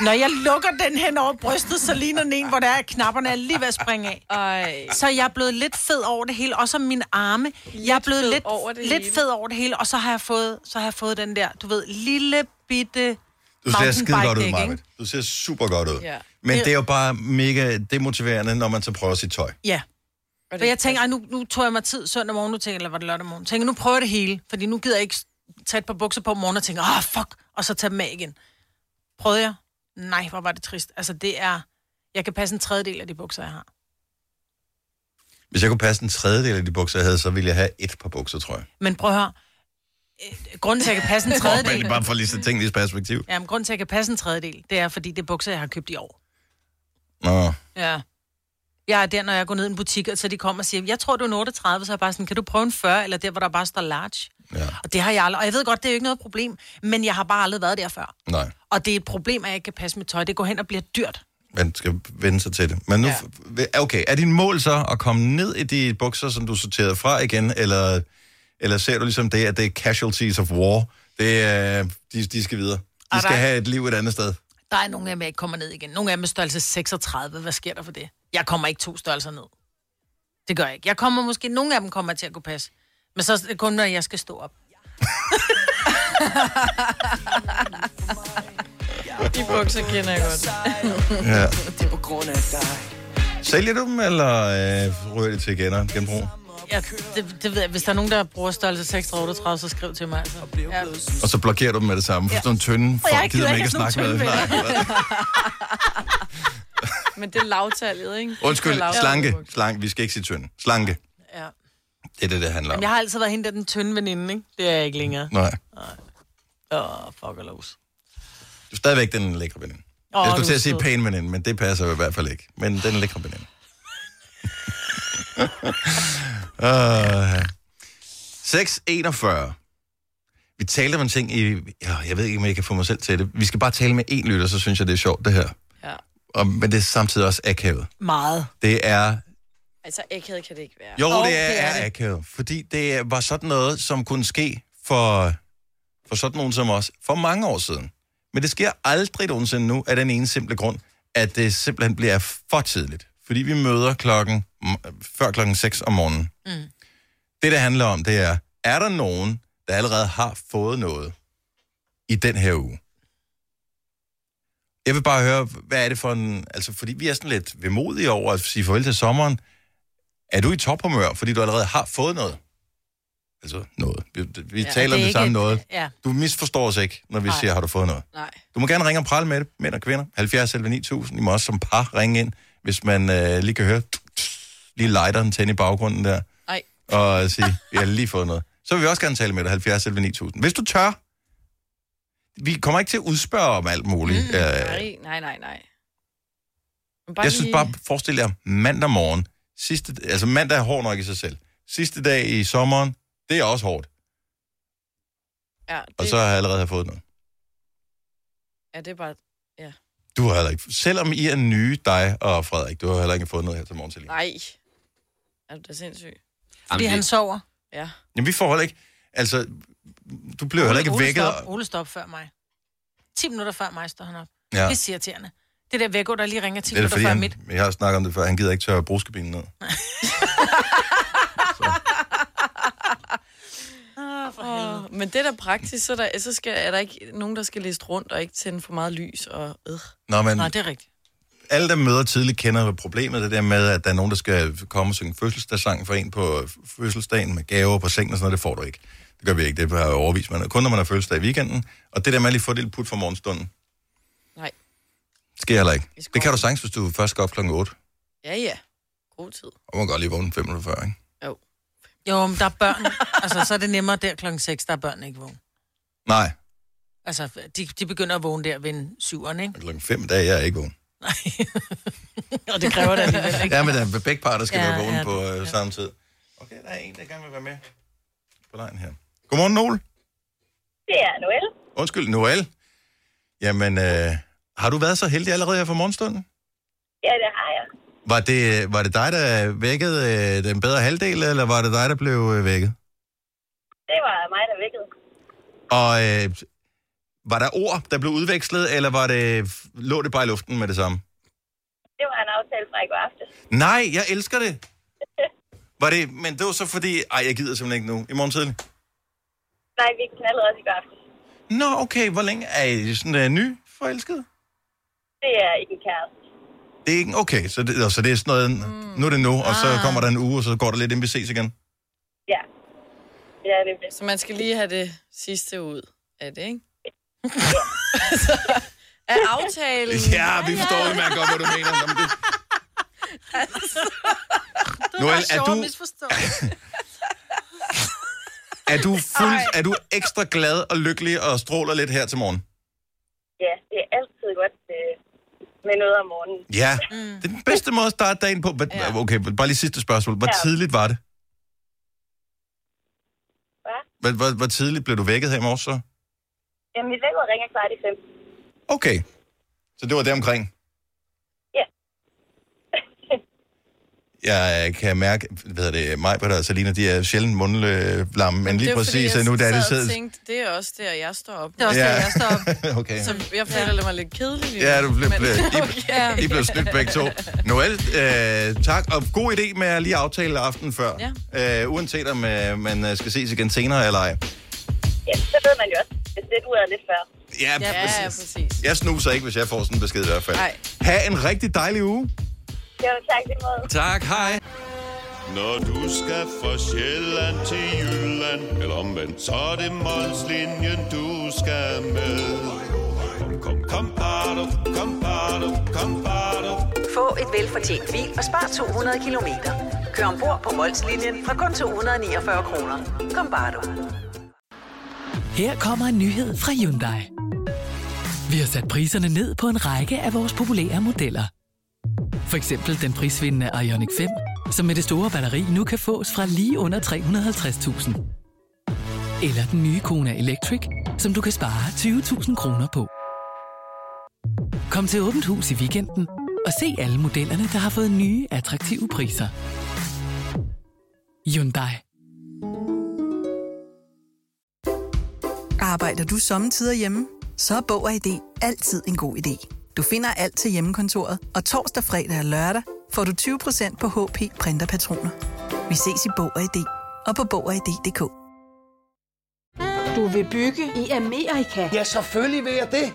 [SPEAKER 2] Når jeg lukker den hen over brystet, så ligner den en, hvor der er at knapperne er lige ved at springe af.
[SPEAKER 3] Ej.
[SPEAKER 2] Så jeg er blevet lidt fed over det hele, også om mine arme. jeg er blevet
[SPEAKER 3] fed
[SPEAKER 2] lidt,
[SPEAKER 3] over det
[SPEAKER 2] lidt
[SPEAKER 3] hele.
[SPEAKER 2] fed over det hele, og så har jeg fået, så har jeg fået den der, du ved, lille bitte
[SPEAKER 1] Du ser skide godt ud,
[SPEAKER 2] mountainbike-dæk,
[SPEAKER 1] Marvind.
[SPEAKER 2] ikke?
[SPEAKER 1] Du ser super godt ud.
[SPEAKER 3] Ja.
[SPEAKER 1] Men det er jo bare mega demotiverende, når man så prøver sit tøj.
[SPEAKER 2] Ja. For jeg tænker, ej, nu, nu tog jeg mig tid søndag morgen, nu tænker jeg, eller var det lørdag morgen? Tænker, nu prøver jeg det hele, fordi nu gider jeg ikke tage et par bukser på om morgenen og tænke, ah, oh, fuck, og så tage dem af igen. Prøvede jeg? Nej, hvor var det trist. Altså, det er, jeg kan passe en tredjedel af de bukser, jeg har.
[SPEAKER 1] Hvis jeg kunne passe en tredjedel af de bukser, jeg havde, så ville jeg have et par bukser, tror jeg.
[SPEAKER 2] Men prøv at høre. Øh, Grunden til, at jeg kan passe en tredjedel...
[SPEAKER 1] Men bare for lige at tænke lidt perspektiv.
[SPEAKER 2] Jamen, grunden til, at jeg kan passe en tredjedel, det er, fordi det er bukser, jeg har købt i år.
[SPEAKER 1] Nå.
[SPEAKER 2] Ja. Jeg er der, når jeg går ned i en butik, og så de kommer og siger, jeg tror, du er en 38, så er jeg bare sådan, kan du prøve en 40, eller der, hvor der bare står large?
[SPEAKER 1] Ja.
[SPEAKER 2] Og det har jeg aldrig, og jeg ved godt, det er jo ikke noget problem, men jeg har bare aldrig været der før.
[SPEAKER 1] Nej,
[SPEAKER 2] Og det er et problem, at jeg ikke kan passe mit tøj. Det går hen og bliver dyrt.
[SPEAKER 1] man skal vende sig til det. Men nu, ja. okay, er din mål så at komme ned i de bukser, som du sorterede fra igen, eller, eller ser du ligesom det, at det er casualties of war? Det er, de, de skal videre. De
[SPEAKER 2] Ej,
[SPEAKER 1] skal
[SPEAKER 2] nej.
[SPEAKER 1] have et liv et andet sted.
[SPEAKER 2] Der er nogle af dem, jeg ikke kommer ned igen. Nogle af dem er størrelse 36. Hvad sker der for det? Jeg kommer ikke to størrelser ned. Det gør jeg ikke. Jeg kommer måske, nogle af dem kommer jeg til at kunne passe. Men så er det kun, når jeg skal stå op.
[SPEAKER 3] De bukser kender jeg godt.
[SPEAKER 1] <laughs> Ja.
[SPEAKER 5] Det er på grund af dig.
[SPEAKER 1] Sælger du dem, eller øh, ryger det til gener, genbrug?
[SPEAKER 2] Jeg, det, det ved jeg. Hvis der er nogen, der bruger størrelse 36, 38, så skriv til mig. Altså. Ja.
[SPEAKER 1] Og så blokerer du dem med det samme. For sådan nogle tynde
[SPEAKER 2] jeg
[SPEAKER 1] folk gider
[SPEAKER 2] gider
[SPEAKER 1] man ikke at
[SPEAKER 2] ikke have sådan
[SPEAKER 1] snakke med.
[SPEAKER 2] nogle
[SPEAKER 1] Nej.
[SPEAKER 3] <laughs> Men det er lavtallet, ikke?
[SPEAKER 1] <laughs> Undskyld,
[SPEAKER 3] Det er lavtallet
[SPEAKER 1] slanke.
[SPEAKER 3] bukser.
[SPEAKER 1] Slanke, vi skal ikke sige tynde. Slanke,
[SPEAKER 2] Ja.
[SPEAKER 1] det er det, det handler om.
[SPEAKER 2] Jeg har altid været hende der den tynde veninde, ikke? Det er jeg ikke længere.
[SPEAKER 1] Nej,
[SPEAKER 2] Åh, oh, fuck og los.
[SPEAKER 1] du er stadigvæk den lækre veninde.
[SPEAKER 2] Åh, du
[SPEAKER 1] jeg skulle
[SPEAKER 2] er
[SPEAKER 1] til at sige
[SPEAKER 2] sød.
[SPEAKER 1] pæn veninde, men det passer jo i hvert fald ikke. Men den lækre veninde. <laughs> uh, 641. Vi talte om en ting i... ja, Jeg ved ikke, om jeg kan få mig selv til det. Vi skal bare tale med én lytter, så synes jeg, det er sjovt, det her.
[SPEAKER 3] Ja.
[SPEAKER 1] Og, men det er samtidig også akavet.
[SPEAKER 2] Meget.
[SPEAKER 1] Det er
[SPEAKER 3] Altså, æghed kan det ikke være.
[SPEAKER 1] Jo,
[SPEAKER 2] Og
[SPEAKER 1] det er,
[SPEAKER 2] det er
[SPEAKER 1] er
[SPEAKER 2] det.
[SPEAKER 1] akavet, fordi det var sådan noget, som kunne ske for, for sådan nogen som os for mange år siden. Men det sker aldrig nogensinde nu af den ene simple grund, at det simpelthen bliver for tidligt. Fordi vi møder klokken, m- før klokken 6 om morgenen. Mm. Det, det handler om, det er, er der nogen, der allerede har fået noget i den her uge? Jeg vil bare høre, hvad er det for en... Altså, fordi vi er sådan lidt vemodige over at sige farvel til sommeren. Er du i tophumør, fordi du allerede har fået noget? Altså noget. Vi, vi ja, taler om
[SPEAKER 2] er
[SPEAKER 1] det
[SPEAKER 2] ikke
[SPEAKER 1] samme
[SPEAKER 2] et-
[SPEAKER 1] noget.
[SPEAKER 2] Ja.
[SPEAKER 1] Du misforstår os ikke, når vi Nej.
[SPEAKER 2] Nej.
[SPEAKER 1] siger, har du fået noget?
[SPEAKER 3] Nej.
[SPEAKER 1] Du må gerne ringe og prale med det, mænd og kvinder. 70 11 9000. I må også som par ringe ind, hvis man øh, lige kan høre lige lighteren tænde i baggrunden der,
[SPEAKER 3] Nej.
[SPEAKER 1] og sige, vi har lige fået noget. Så vil vi også gerne tale med dig, 70 11 9000. Hvis du tør, vi kommer ikke til at udspørge om alt muligt. Mm, øh,
[SPEAKER 3] Nej, nej, nej, nej. Men
[SPEAKER 1] jeg synes bare, forestil jer mandag morgen. Sidste, altså mandag er hård nok i sig selv. Sidste dag i sommeren, det er også hårdt.
[SPEAKER 3] Ja,
[SPEAKER 1] Og
[SPEAKER 3] det,
[SPEAKER 1] så har jeg allerede fået noget.
[SPEAKER 3] ja, det er bare... Ja.
[SPEAKER 1] Du har heller ikke, selvom I er nye, dig og Frederik, du har heller ikke fået noget her til morgen til lige.
[SPEAKER 3] Nej. Er du da sindssyg?
[SPEAKER 2] Fordi han sover.
[SPEAKER 3] Ja.
[SPEAKER 1] Jamen, vi får heller ikke... Altså, du bliver heller ikke
[SPEAKER 2] Ole
[SPEAKER 1] vækket...
[SPEAKER 2] Stop. Ole stop før mig. 10 minutter før mig står han op.
[SPEAKER 1] Ja,
[SPEAKER 2] Ja. Det er så irriterende. Det der vækord, der lige ringer 10
[SPEAKER 1] det er da
[SPEAKER 2] minutter
[SPEAKER 1] fordi,
[SPEAKER 2] før
[SPEAKER 1] han,
[SPEAKER 2] midt.
[SPEAKER 1] jeg har snakket om det før, han gider ikke tørre brugskabinen ned.
[SPEAKER 2] Ah,
[SPEAKER 3] Åh, men det er da praktisk, så, der, så skal, er der ikke nogen, der skal liste rundt og ikke tænde for meget lys. Og, øh.
[SPEAKER 1] Nå, men
[SPEAKER 2] Nå, det er rigtigt.
[SPEAKER 1] alle, der møder tidligt, kender jo problemet, det der med, at der er nogen, der skal komme og synge fødselsdagssang for en på fødselsdagen med gaver på sengen og sådan noget, det får du ikke. Det gør vi ikke, det har jeg overvist mig. Kun når man har fødselsdag i weekenden, og det der med at lige få et lille put fra morgenstunden,
[SPEAKER 3] Nej.
[SPEAKER 1] det sker heller ikke.
[SPEAKER 3] I skoven.
[SPEAKER 1] Det kan du sagtens, hvis du først skal op klokken 8,
[SPEAKER 3] Ja, ja. God tid.
[SPEAKER 1] og man kan godt lige vågne 5 minutter før, ikke?
[SPEAKER 3] Jo.
[SPEAKER 2] Jo, men der er børn. altså, så er det nemmere der klokken 6, der er børn ikke vågen.
[SPEAKER 1] Nej,
[SPEAKER 2] Altså, de, de begynder at vågne der ved en syveren, ikke?
[SPEAKER 1] klokken 5, der er jeg ikke vågen.
[SPEAKER 2] Og det kræver det alligevel, ikke?
[SPEAKER 1] Ja, men der er begge parter skal ja,
[SPEAKER 2] Ja,
[SPEAKER 1] være vågne ja,
[SPEAKER 2] ja,
[SPEAKER 1] på øh, samme tid. Okay, der er en, der gerne vil være med på lejen her. Godmorgen, Noel.
[SPEAKER 6] Det er Noel.
[SPEAKER 1] Undskyld, Noel. Jamen, øh, har du været så heldig allerede her for morgenstunden?
[SPEAKER 6] Ja, det har jeg.
[SPEAKER 1] Var det, var det dig, der vækkede øh, den bedre halvdel, eller var det dig, der blev øh, vækket?
[SPEAKER 6] Det var mig, der vækkede.
[SPEAKER 1] Og øh, var der ord, der blev udvekslet, eller var det, lå det bare i luften med det samme?
[SPEAKER 6] Det var en aftale fra i går aftes.
[SPEAKER 1] Nej, jeg elsker det. Var det, men det var så fordi, ej, jeg gider simpelthen ikke nu, i morgen tidlig.
[SPEAKER 6] Nej, vi knaldede også i går aftes.
[SPEAKER 1] Nå, okay, hvor længe er I sådan uh, ny forelsket?
[SPEAKER 6] Det er ikke en kæreste.
[SPEAKER 1] Det er ikke, okay, så det, og så det er sådan noget, mm. nu er det nu, og så kommer der en uge, og så går der lidt, inden vi ses igen.
[SPEAKER 6] Ja. Ja, det er
[SPEAKER 3] Så man skal lige have det sidste ud af det, ikke? altså, af aftalen.
[SPEAKER 1] <laughs>
[SPEAKER 3] <laughs>
[SPEAKER 1] Ja, vi forstår udmærket godt, hvad du mener. Jamen, det, Nu
[SPEAKER 2] Noel,
[SPEAKER 1] er,
[SPEAKER 2] er
[SPEAKER 1] er,
[SPEAKER 2] du...
[SPEAKER 1] du, er, du fuld, er du ekstra glad og lykkelig og stråler lidt her til morgen?
[SPEAKER 6] Ja, det er altid godt øh, med noget om morgenen.
[SPEAKER 1] Ja, mm. det er den bedste måde at starte dagen på. Hvad-
[SPEAKER 2] Ja.
[SPEAKER 1] Okay, bare lige sidste spørgsmål. Hvor
[SPEAKER 6] Ja.
[SPEAKER 1] tidligt var det?
[SPEAKER 6] Hvad?
[SPEAKER 1] Hvor, hvor, hvor tidligt blev du vækket her i morges så?
[SPEAKER 6] Jamen, mit vækker ringer kvart i fem. <laughs>
[SPEAKER 1] Okay, så det var det omkring.
[SPEAKER 6] Ja.
[SPEAKER 1] Jeg kan mærke, hvad hedder det, mig, og Salina, de er sjældent mundlamme, men lige
[SPEAKER 3] er jo fordi,
[SPEAKER 1] præcis
[SPEAKER 3] jeg
[SPEAKER 1] nu, der er det
[SPEAKER 3] sad og
[SPEAKER 1] siddet...
[SPEAKER 3] tænkte, det er også der, jeg står op.
[SPEAKER 2] Det er også det,
[SPEAKER 1] Ja.
[SPEAKER 2] jeg står op.
[SPEAKER 1] <laughs> Okay.
[SPEAKER 3] Så jeg føler ja. mig lidt kedelig lige
[SPEAKER 1] Ja,
[SPEAKER 3] nu,
[SPEAKER 1] du blev,
[SPEAKER 3] men-
[SPEAKER 1] blev, I,
[SPEAKER 3] <laughs> Okay.
[SPEAKER 1] I blev snydt begge to. Noel, øh, tak, og god idé med at lige aftale aftenen før. Ja. Øh, uanset om øh, man øh, skal ses igen senere eller ej.
[SPEAKER 6] Ja, så ved man jo også, hvis det ud af lidt før.
[SPEAKER 1] Ja,
[SPEAKER 3] Ja, ja,
[SPEAKER 1] præcis.
[SPEAKER 3] præcis.
[SPEAKER 1] Jeg snuser ikke, hvis jeg får sådan en besked i hvert fald.
[SPEAKER 3] Nej.
[SPEAKER 1] Ha' en rigtig dejlig uge.
[SPEAKER 6] Jo, tak i lige måde.
[SPEAKER 1] Tak, hej.
[SPEAKER 5] Når du skal fra Sjælland til Jylland Eller omvendt, så er det Molslinjen, du skal med Kom, kom, kom, bado, kom, bado, kom, bado.
[SPEAKER 7] Få et velfortjent bil og spar 200 kilometer. Kør ombord på Molslinjen fra kun 249 kroner. Kom bare du.
[SPEAKER 8] Her kommer en nyhed fra Hyundai. Vi har sat priserne ned på en række af vores populære modeller. For eksempel den prisvindende Ioniq 5, som med det store batteri nu kan fås fra lige under 350.000. Eller den nye Kona Electric, som du kan spare 20.000 kroner på. Kom til Åbent Hus i weekenden og se alle modellerne, der har fået nye, attraktive priser. Hyundai.
[SPEAKER 9] Arbejder du sommetider hjemme? Så er Bog og ID altid en god idé. Du finder alt til hjemmekontoret, og torsdag, fredag og lørdag får du 20% på HP Printerpatroner. Vi ses i Bog og ID og på Bog og ID.dk.
[SPEAKER 10] Du vil bygge i Amerika?
[SPEAKER 11] Ja, selvfølgelig vil jeg det.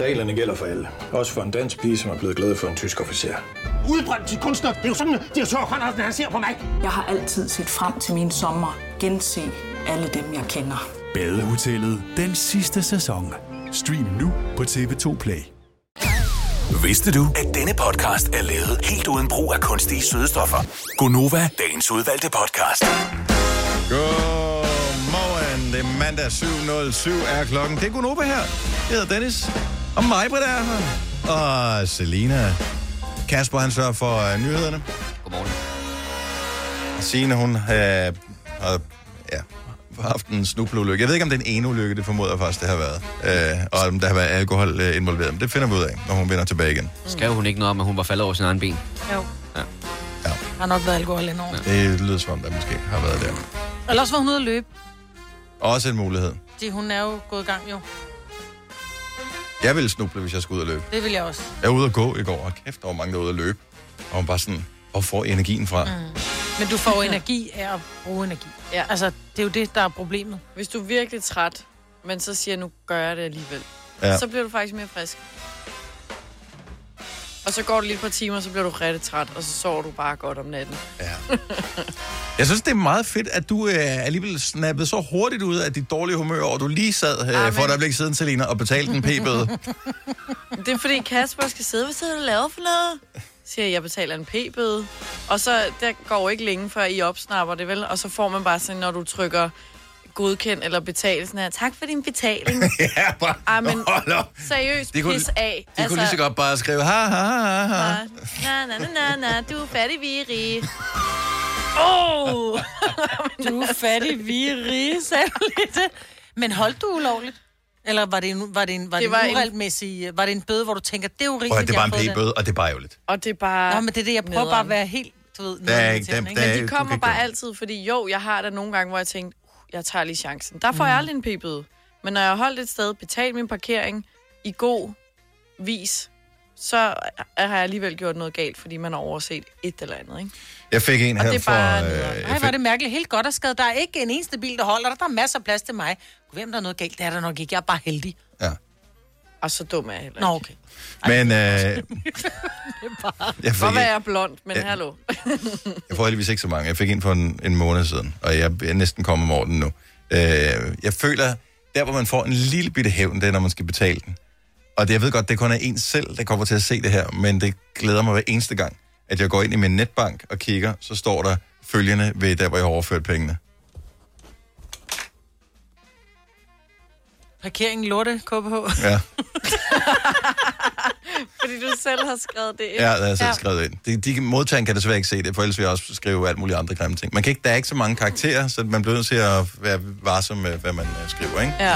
[SPEAKER 11] Reglerne gælder for alle. Også for en dansk pige, som er blevet glad for en tysk officer.
[SPEAKER 12] Udbrændt til kunstner. Det er jo sådan, at de har Conradsen, han ser på mig. Jeg har altid set frem til min sommer. Gense alle dem, jeg kender.
[SPEAKER 13] Badehotellet den sidste sæson. Stream nu på TV2 Play.
[SPEAKER 4] Vidste du, at denne podcast er lavet helt uden brug af kunstige sødestoffer? Gonova, dagens udvalgte podcast.
[SPEAKER 1] Godmorgen. Det er mandag 7.07 er klokken. Det er Gunnova her. Jeg hedder Dennis. Og mig, Britt, er her. Og Selina. Kasper, han sørger for øh, nyhederne. Godmorgen. Signe, hun øh, har ja, haft en snubleulykke. Jeg ved ikke, om det er en ene ulykke, det formoder jeg faktisk, det har været. Øh, og om der har været alkohol øh, involveret. Men det finder vi ud af, når hun vender tilbage igen.
[SPEAKER 14] Skrev hun ikke noget om, at hun var faldet over sin egen ben?
[SPEAKER 2] Jo.
[SPEAKER 14] Ja.
[SPEAKER 2] Har nok været alkohol indover.
[SPEAKER 1] Det lyder som om, der måske har været der.
[SPEAKER 2] Ellers var hun ude at løbe.
[SPEAKER 1] Også en mulighed.
[SPEAKER 2] De, hun er jo gået i gang, jo.
[SPEAKER 1] Jeg ville snuble, hvis jeg skulle ud og løbe.
[SPEAKER 2] Det vil jeg også.
[SPEAKER 1] Jeg var ude at gå i går, og kæft, der var mange, der var ude at løbe. Og hun bare sådan, hvor får I energien fra? Mm.
[SPEAKER 2] Men du får jo energi af at bruge energi.
[SPEAKER 3] Ja.
[SPEAKER 2] Altså, det er jo det, der er problemet.
[SPEAKER 3] Hvis du er virkelig træt, men så siger, nu gør jeg det alligevel,
[SPEAKER 1] Ja.
[SPEAKER 3] ja. så bliver du faktisk mere frisk. Og så går du lige et par timer, så bliver du rigtig træt, og så sover du bare godt om natten.
[SPEAKER 1] Jeg synes, det er meget fedt, at du øh, alligevel snappede så hurtigt ud af dit dårlige humør, og du lige sad øh, for et øjeblik siden, Selina, og betalte en p-bøde.
[SPEAKER 3] <laughs> <laughs> Det er fordi Kasper skal sidde, hvad sidder du og laver for noget? Så siger jeg, jeg betaler en p-bøde. Og så der går ikke længe, før I opsnapper det, vel? Og så får man bare sådan, når du trykker godkend eller betal, sådan her, tak for din
[SPEAKER 1] <laughs>
[SPEAKER 3] betaling.
[SPEAKER 1] ja, bare,
[SPEAKER 3] Ah, men
[SPEAKER 1] hold op.
[SPEAKER 3] seriøst,
[SPEAKER 1] De kunne-
[SPEAKER 3] pis af.
[SPEAKER 1] De altså... kunne lige så godt bare skrive, ha, ha, ha, ha.
[SPEAKER 3] Na, na, na, na, na, du er fattig, vi er rige. Oh!
[SPEAKER 2] <laughs> Du er fattig, vi er rige, sagde du lige det. Men holdt du ulovligt? Eller var det en, var det en, var det
[SPEAKER 3] Det var
[SPEAKER 2] en
[SPEAKER 3] en-
[SPEAKER 2] uregelmæssig... Var det en bøde, hvor du tænker, det er jo
[SPEAKER 1] Prøv, at,
[SPEAKER 2] rigtigt,
[SPEAKER 1] det var en p-bøde, og det er bare ærgerligt.
[SPEAKER 3] Og det er bare...
[SPEAKER 2] Nå, men det er det, jeg prøver bare at være helt... Du ved,
[SPEAKER 1] Der er ikke- der-
[SPEAKER 2] nederen, ikke?
[SPEAKER 1] der
[SPEAKER 2] Men
[SPEAKER 1] er
[SPEAKER 2] de
[SPEAKER 1] ikke-
[SPEAKER 2] kom-
[SPEAKER 3] kommer
[SPEAKER 1] kan
[SPEAKER 3] bare
[SPEAKER 1] gøre
[SPEAKER 3] altid, fordi jo, jeg har da nogle gange, hvor jeg tænkte, uh, jeg tager lige chancen. Der får jeg
[SPEAKER 1] Mm.
[SPEAKER 3] aldrig en p-bøde. Men når jeg har holdt et sted, betalt min parkering i god vis, så har jeg alligevel gjort noget galt, fordi man har overset et eller andet, ikke?
[SPEAKER 1] Jeg fik en
[SPEAKER 3] Og
[SPEAKER 1] her
[SPEAKER 3] det er
[SPEAKER 1] for...
[SPEAKER 3] bare
[SPEAKER 1] Øh, jeg
[SPEAKER 2] Ej,
[SPEAKER 1] fik-
[SPEAKER 2] hvor er det mærkeligt. Helt godt og skadet. Der er ikke en eneste bil, der holder der. Der er masser af plads til mig. Hvem der er noget galt? Det er der nok ikke. Jeg er bare heldig.
[SPEAKER 3] Og så dum er jeg heller
[SPEAKER 2] Nå,
[SPEAKER 3] <laughs>
[SPEAKER 2] okay.
[SPEAKER 1] Men øh, jeg fik
[SPEAKER 3] Hvor var
[SPEAKER 1] en-
[SPEAKER 3] jeg blond, men
[SPEAKER 1] Ja.
[SPEAKER 3] hallo.
[SPEAKER 1] Jeg får heldigvis ikke så mange. Jeg fik en for en, en måned siden, og jeg er næsten kommet over den nu. Øh, jeg føler, der hvor man får en lille bitte hævn, det er, når man skal betale den. Og det, jeg ved godt, det kun er en selv, der kommer til at se det her, men det glæder mig hver eneste gang, at jeg går ind i min netbank og kigger, så står der følgende ved der, hvor jeg har overført pengene.
[SPEAKER 2] Parkering lorte, KBH.
[SPEAKER 1] Ja,
[SPEAKER 3] <laughs> Fordi du selv har skrevet det ind.
[SPEAKER 1] ja det har jeg selv skrevet ind. De, de modtageren kan desværre ikke se det, for ellers vil jeg også skrive alt muligt andre grimme ting. Man kan ikke, der er ikke så mange karakterer, så man bliver nødt til at være varsom med, hvad man øh, skriver, ikke?
[SPEAKER 3] Ja.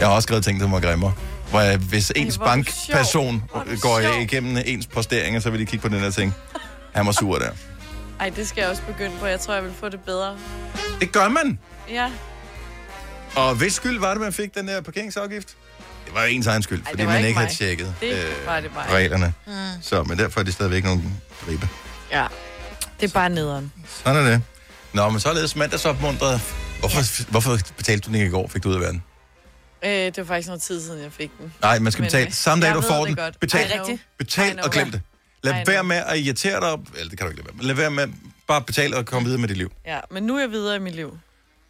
[SPEAKER 1] Jeg har også skrevet ting, der var grimmere. Hvor jeg, hvis ens
[SPEAKER 3] hvor er du
[SPEAKER 1] bankperson
[SPEAKER 3] sjov. Hvor er du
[SPEAKER 1] går
[SPEAKER 3] sjov.
[SPEAKER 1] igennem ens posteringer, så vil de kigge på den her ting. Han var sur der.
[SPEAKER 3] Ej, det skal jeg også begynde på. Jeg tror, jeg vil få det bedre.
[SPEAKER 1] Det gør man!
[SPEAKER 3] Ja.
[SPEAKER 1] Og hvis skyld var det, man fik den der parkeringsafgift? Det var ens egen skyld,
[SPEAKER 3] Ej,
[SPEAKER 1] fordi
[SPEAKER 3] det var
[SPEAKER 1] man
[SPEAKER 3] ikke
[SPEAKER 1] ikke
[SPEAKER 3] mig.
[SPEAKER 1] havde tjekket
[SPEAKER 3] Det
[SPEAKER 1] øh,
[SPEAKER 3] var det mig.
[SPEAKER 1] reglerne.
[SPEAKER 3] Mm.
[SPEAKER 1] Så, men derfor er det stadigvæk nogle gribe.
[SPEAKER 3] Ja. Det er bare nederen.
[SPEAKER 1] Sådan er det. Nå, men således mandagsopmuntret. Hvorfor, hvorfor betalte du den ikke i går, fik du ud af verden?
[SPEAKER 3] Øh, det var faktisk noget tid siden, jeg fik den.
[SPEAKER 1] Nej, man skal
[SPEAKER 3] Men,
[SPEAKER 1] betale.
[SPEAKER 3] øh,
[SPEAKER 1] Samme dag,
[SPEAKER 3] jeg
[SPEAKER 1] du
[SPEAKER 3] ved
[SPEAKER 1] får
[SPEAKER 3] det
[SPEAKER 1] den.
[SPEAKER 3] godt.
[SPEAKER 1] Betal,
[SPEAKER 3] I know. I
[SPEAKER 1] betal
[SPEAKER 3] know.
[SPEAKER 1] og glem det. Lad
[SPEAKER 3] I
[SPEAKER 1] være
[SPEAKER 3] know.
[SPEAKER 1] med at irritere dig. op- Eller det kan du ikke lade være med. Lad være med bare betale og komme videre med dit liv.
[SPEAKER 3] Ja, men nu er jeg videre i mit liv.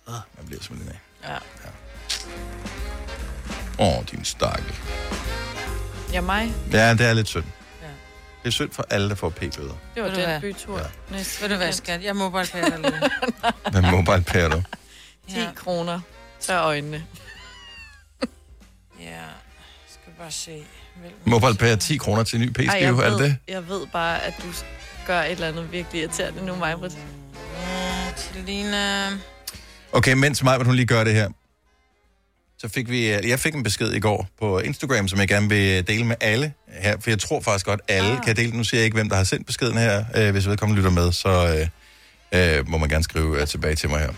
[SPEAKER 1] Man bliver simpelthen af.
[SPEAKER 3] Ja.
[SPEAKER 1] Åh, din stakkel.
[SPEAKER 3] Ja, mig.
[SPEAKER 1] Ja, det er lidt synd.
[SPEAKER 2] Ja.
[SPEAKER 1] Det er synd for alle, der får p-bøder.
[SPEAKER 3] Det var
[SPEAKER 2] Ved du hvad?
[SPEAKER 3] den bytur. Ja. Næste
[SPEAKER 2] Ved du hvad, skat? Jeg må bare kære dig
[SPEAKER 3] <laughs>
[SPEAKER 2] lidt.
[SPEAKER 1] Hvad mobile pay er du?
[SPEAKER 3] 10 kroner. Tør øjnene.
[SPEAKER 2] Ja, skal bare se. Vel,
[SPEAKER 1] Mobile pay er 10 kroner til en ny
[SPEAKER 3] Ej, jeg,
[SPEAKER 1] p-skive, er det
[SPEAKER 3] ved,
[SPEAKER 1] det?
[SPEAKER 3] jeg ved bare, at du s- gør et eller andet virkelig irriterende nu, Majbrit.
[SPEAKER 2] til Lina.
[SPEAKER 1] Okay, mens Maja, hun lige gør det her, så fik vi, øh, jeg fik en besked i går på Instagram, som jeg gerne vil dele med alle her, for jeg tror faktisk godt, alle ah. kan dele den. Nu siger jeg ikke, hvem der har sendt beskeden her. Øh, Hvis vedkommende lytter med, så øh, øh, må man gerne skrive øh, tilbage til mig her.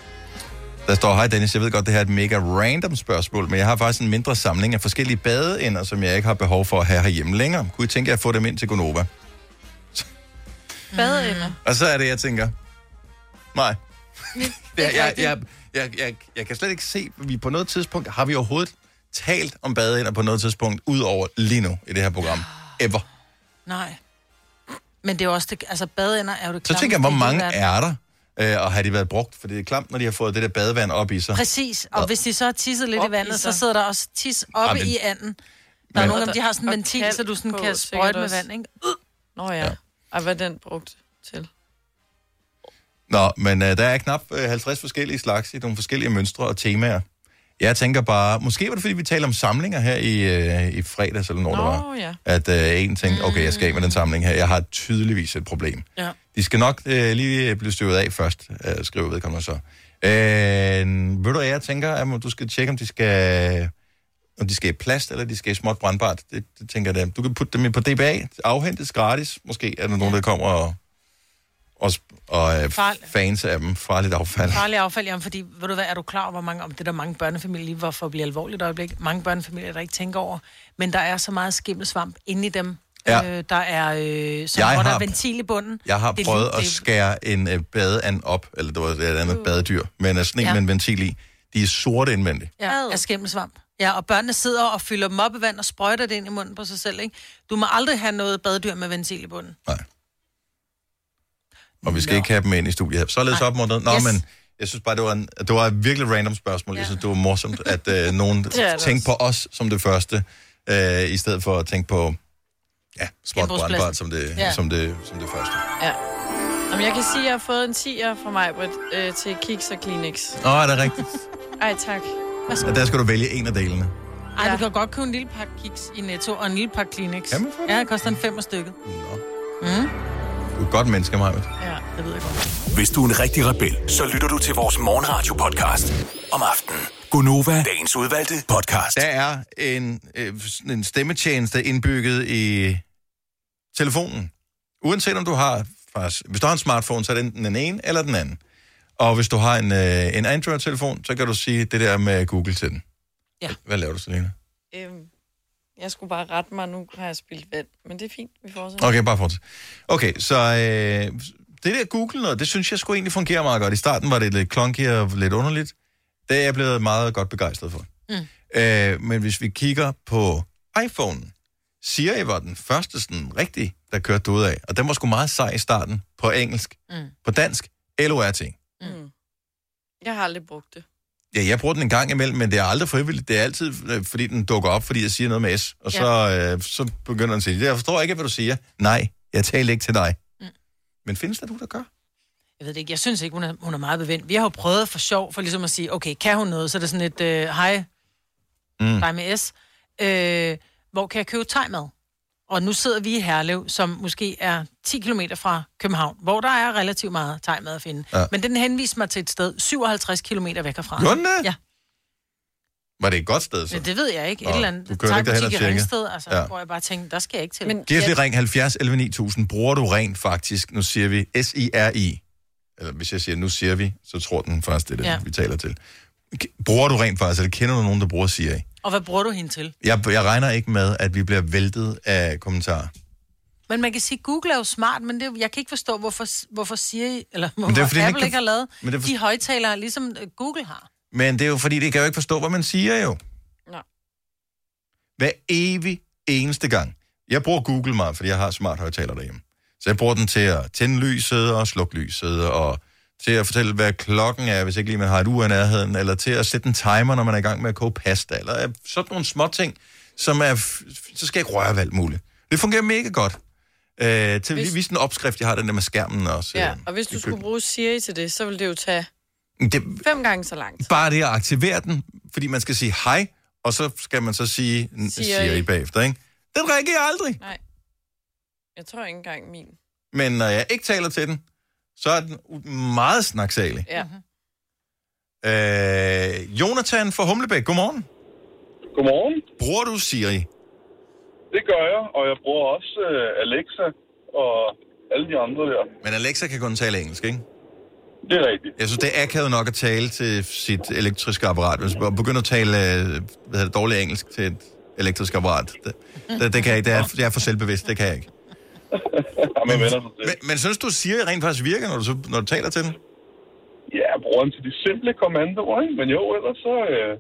[SPEAKER 1] Der står, hej Dennis, jeg ved godt, det her er et mega random spørgsmål, men jeg har faktisk en mindre samling af forskellige badeender, som jeg ikke har behov for at have herhjemme længere. Kunne I tænke jer at få dem ind til Gonova?
[SPEAKER 3] Badeender.
[SPEAKER 1] Og så er det, jeg tænker, nej.
[SPEAKER 3] Det
[SPEAKER 1] Jeg, jeg, jeg, jeg, jeg, jeg kan slet ikke se, at vi på noget tidspunkt, har vi overhovedet talt om badeender på noget tidspunkt, udover lige nu i det her program, ever.
[SPEAKER 2] Nej. Men det er jo også det, altså badeender er jo det klammeste
[SPEAKER 1] Så tænker jeg, hvor
[SPEAKER 2] i
[SPEAKER 1] mange
[SPEAKER 2] hele verden.
[SPEAKER 1] er der, øh, og har de været brugt? For det er klamt, når de har fået det der badevand op i sig.
[SPEAKER 2] Præcis, og hvis de så har tisset lidt
[SPEAKER 3] Op
[SPEAKER 2] i
[SPEAKER 3] i
[SPEAKER 2] vandet, så
[SPEAKER 3] sig.
[SPEAKER 2] sidder der også tis oppe
[SPEAKER 1] Ej, men-
[SPEAKER 2] i anden. Der er
[SPEAKER 1] men-
[SPEAKER 2] nogle af dem, de har sådan en
[SPEAKER 3] Og
[SPEAKER 2] ventil,
[SPEAKER 3] kalk
[SPEAKER 2] så du sådan
[SPEAKER 3] på,
[SPEAKER 2] kan
[SPEAKER 3] sikkert
[SPEAKER 2] sprøjte med
[SPEAKER 3] også.
[SPEAKER 2] vand, ikke?
[SPEAKER 3] Nå ja. ja. Og hvad er den brugt til?
[SPEAKER 1] Nå, men øh, der er knap øh, 50 forskellige slags i nogle forskellige mønstre og temaer. Jeg tænker bare, måske var det fordi, vi talte om samlinger her i, øh, i fredags, eller når det var,
[SPEAKER 3] Nå ja.
[SPEAKER 1] at øh, en tænkte, okay, jeg skal af med den samling her, jeg har tydeligvis et problem.
[SPEAKER 3] Ja.
[SPEAKER 1] De skal nok øh, lige blive støvet af først, øh, skriver vedkommende så. Øh, ved du hvad, jeg tænker, at du skal tjekke, om de skal, om de skal i plast, eller de skal i småt brandbart. Det, det tænker jeg, det er. du kan putte dem i på DBA, afhentes gratis. Måske er der nogen, der kommer og, og, sp- og øh,
[SPEAKER 2] Farl-
[SPEAKER 1] fans af dem. Farligt affald.
[SPEAKER 2] Farlig affald, jamen, fordi, ved du hvad, er du klar over, hvor mange, om det er der mange børnefamilier, lige hvorfor bliver alvorligt et øjeblik, mange børnefamilier, der ikke tænker over, men der er så meget skimmelsvamp inde i dem,
[SPEAKER 1] Ja.
[SPEAKER 2] øh, der er, øh, som,
[SPEAKER 1] Jeg
[SPEAKER 2] hvor der
[SPEAKER 1] har-
[SPEAKER 2] er ventil i bunden.
[SPEAKER 1] Jeg har
[SPEAKER 2] Det er
[SPEAKER 1] prøvet
[SPEAKER 2] lige-
[SPEAKER 1] at
[SPEAKER 2] det-
[SPEAKER 1] skære en øh, badeand op, eller det var et andet uh. badedyr, men af sne
[SPEAKER 2] Ja.
[SPEAKER 1] med en ventil i. De er sorte indvendigt.
[SPEAKER 2] Ja, af skimmelsvamp. Ja, og børnene sidder og fylder dem op i vand og sprøjter det ind i munden på sig selv, ikke? Du må aldrig have noget baddyr med ventil i bunden.
[SPEAKER 1] Og vi skal Nå. ikke have dem ind i studiet her. Således opmuntret. Nå, yes. men jeg synes bare, det var, en, det var et virkelig random spørgsmål. Ja. Jeg synes, det var morsomt, at øh, nogen
[SPEAKER 2] Det er det
[SPEAKER 1] tænkte på os som det første, øh, i stedet for at tænke på ja, småt
[SPEAKER 3] Genbrugspladsen.
[SPEAKER 1] brandbart som det,
[SPEAKER 3] Ja.
[SPEAKER 1] ja. som, det, som det første.
[SPEAKER 3] Ja. Jamen, jeg kan sige, at jeg har fået en 10'er fra Majbrit øh, til Kiks og Kleenex.
[SPEAKER 1] Nå, er det rigtigt?
[SPEAKER 3] Ej, tak.
[SPEAKER 1] Ja, der skal du vælge en af delene.
[SPEAKER 2] Ej, du kan godt købe en lille pakke kiks i Netto og en lille pakke Kleenex.
[SPEAKER 1] Kan man få det?
[SPEAKER 2] Ja, det koster en fem stykket.
[SPEAKER 1] Mm. Du er et godt menneske, Maja.
[SPEAKER 2] Ja, det ved jeg godt.
[SPEAKER 4] Hvis du er en rigtig rebel, så lytter du til vores morgenradio-podcast om aftenen. Gunova, dagens udvalgte podcast.
[SPEAKER 1] Der er en, øh, sådan en stemmetjeneste indbygget i telefonen. Uanset om du har, faktisk, hvis du har en smartphone, så er det enten den ene eller den anden. Og hvis du har en, øh, en Android-telefon, så kan du sige det der med Google til den.
[SPEAKER 3] Ja.
[SPEAKER 1] Hvad laver du, Selina?
[SPEAKER 3] Øhm, jeg skulle bare rette mig, nu har jeg spildt vand. Men det er fint, vi fortsætter.
[SPEAKER 1] Okay, bare fortsæt. Okay, så øh, det der Google noget, det synes jeg skulle egentlig fungerer meget godt. I starten var det lidt clunky og lidt underligt. Det er jeg blevet meget godt begejstret for.
[SPEAKER 15] Mm.
[SPEAKER 1] Øh, men hvis vi kigger på iPhone, Siri var den første sådan rigtig, der kørte ud af. Og den var sgu meget sej i starten på engelsk,
[SPEAKER 3] Mm.
[SPEAKER 1] på dansk, LORT.
[SPEAKER 3] Mm. Jeg har aldrig brugt det.
[SPEAKER 1] Ja, jeg bruger den en gang imellem, men det er aldrig frivilligt. Det er altid, øh, fordi den dukker op, fordi jeg siger noget med
[SPEAKER 2] Mm.
[SPEAKER 1] S. Og så, øh, så begynder den at sige, jeg forstår ikke, hvad du siger. Nej, jeg taler ikke til dig. Men findes der nogen, der gør?
[SPEAKER 2] Jeg ved det ikke. Jeg synes ikke, hun er, hun er meget bevendt. Vi har jo prøvet for sjov, for ligesom at sige, okay, kan hun noget? Så er det sådan et, øh, hej, <laughs> mm. dig med S. Øh, hvor kan jeg købe tegmad? Og nu sidder vi i Herlev, som måske er 10 km fra København, hvor der er relativt meget tegmad at finde.
[SPEAKER 1] Ja.
[SPEAKER 2] Ja. Men den henviser mig til et sted 57 km væk herfra.
[SPEAKER 1] Gjorde den det?
[SPEAKER 2] Ja,
[SPEAKER 1] Var det et godt sted, så?
[SPEAKER 2] men det ved jeg ikke. Et
[SPEAKER 1] Nå,
[SPEAKER 2] eller andet
[SPEAKER 1] du kører ikke derhen og
[SPEAKER 2] tegnebutik i
[SPEAKER 1] tjekke.
[SPEAKER 2] Ringsted, altså,
[SPEAKER 1] Ja.
[SPEAKER 2] ja. hvor jeg bare tænkte, der skal jeg ikke til. Men,
[SPEAKER 1] Giv os lige ring 70 11 9000. Bruger du rent faktisk? Nu siger vi S-I-R-I. Eller hvis jeg siger, nu siger vi, så tror den først, det er det, ja.
[SPEAKER 2] Ja.
[SPEAKER 1] vi taler til. K- Bruger du rent faktisk, eller kender du nogen, der bruger Siri?
[SPEAKER 2] Og hvad bruger du hende til?
[SPEAKER 1] Jeg, jeg regner ikke med, at vi bliver væltet af kommentarer.
[SPEAKER 2] Men man kan sige, Google er jo smart, men det, jeg kan ikke forstå, hvorfor, hvorfor Siri, eller hvorfor
[SPEAKER 1] det er
[SPEAKER 2] det
[SPEAKER 1] jo
[SPEAKER 2] er,
[SPEAKER 1] fordi, den
[SPEAKER 2] Apple
[SPEAKER 1] ikke
[SPEAKER 2] ikke,
[SPEAKER 1] kan-
[SPEAKER 2] ikke har lavet
[SPEAKER 1] Men
[SPEAKER 2] men
[SPEAKER 1] det er
[SPEAKER 2] det
[SPEAKER 1] for-
[SPEAKER 2] de højtalere, ligesom øh, Google har.
[SPEAKER 1] Men det er jo fordi, det kan jo ikke forstå, hvad man siger jo.
[SPEAKER 3] Nå.
[SPEAKER 1] Hver evig eneste gang. Jeg bruger Google meget, fordi jeg har smart højtaler derhjemme. Så jeg bruger den til at tænde lyset og slukke lyset, og til at fortælle, hvad klokken er, hvis ikke lige man har et ur i nærheden, eller til at sætte en timer, når man er i gang med at koge pasta, eller øh, sådan nogle små ting, som er... f- f- Så skal jeg ikke røre ved alt muligt. Det fungerer mega godt. Øh, til vi
[SPEAKER 3] Hvis-
[SPEAKER 1] viste en opskrift, jeg har den der med skærmen også.
[SPEAKER 3] Ja,
[SPEAKER 1] øh,
[SPEAKER 3] og hvis
[SPEAKER 1] i
[SPEAKER 3] du skulle bruge Siri til det, så ville det jo tage
[SPEAKER 1] køkkenet. Det,
[SPEAKER 3] fem gange så langt.
[SPEAKER 1] Bare det at aktivere den, fordi man skal sige hej, og så skal man så sige n-
[SPEAKER 3] Siri.
[SPEAKER 1] Siri bagefter, ikke? Den reagerer aldrig.
[SPEAKER 3] Nej. Jeg tror ikke engang min.
[SPEAKER 1] Men når jeg ikke taler til den, så er den u- meget snaksalig.
[SPEAKER 3] Ja.
[SPEAKER 2] Mm-hmm.
[SPEAKER 1] Øh, Jonathan fra Humlebæk, godmorgen.
[SPEAKER 15] Godmorgen.
[SPEAKER 1] Bruger du Siri?
[SPEAKER 15] Det gør jeg, og jeg bruger også øh, Alexa og alle de andre der.
[SPEAKER 1] Men Alexa kan kun tale engelsk, ikke?
[SPEAKER 15] Det er rigtigt.
[SPEAKER 1] Jeg synes, det er akavet nok at tale til sit elektriske apparat. Hvis man begynder at tale øh, hvad hedder det, dårlig engelsk til et elektrisk apparat, det, det, det kan jeg ikke. Det er, jeg er for selvbevidst, det kan
[SPEAKER 15] <laughs>
[SPEAKER 1] jeg ikke. men, men, men synes du, Siri rent faktisk virker, når du, så, når du taler til den?
[SPEAKER 15] Ja, jeg bruger den til de simple kommandoer, ikke? men jo, ellers så... Øh,
[SPEAKER 2] Men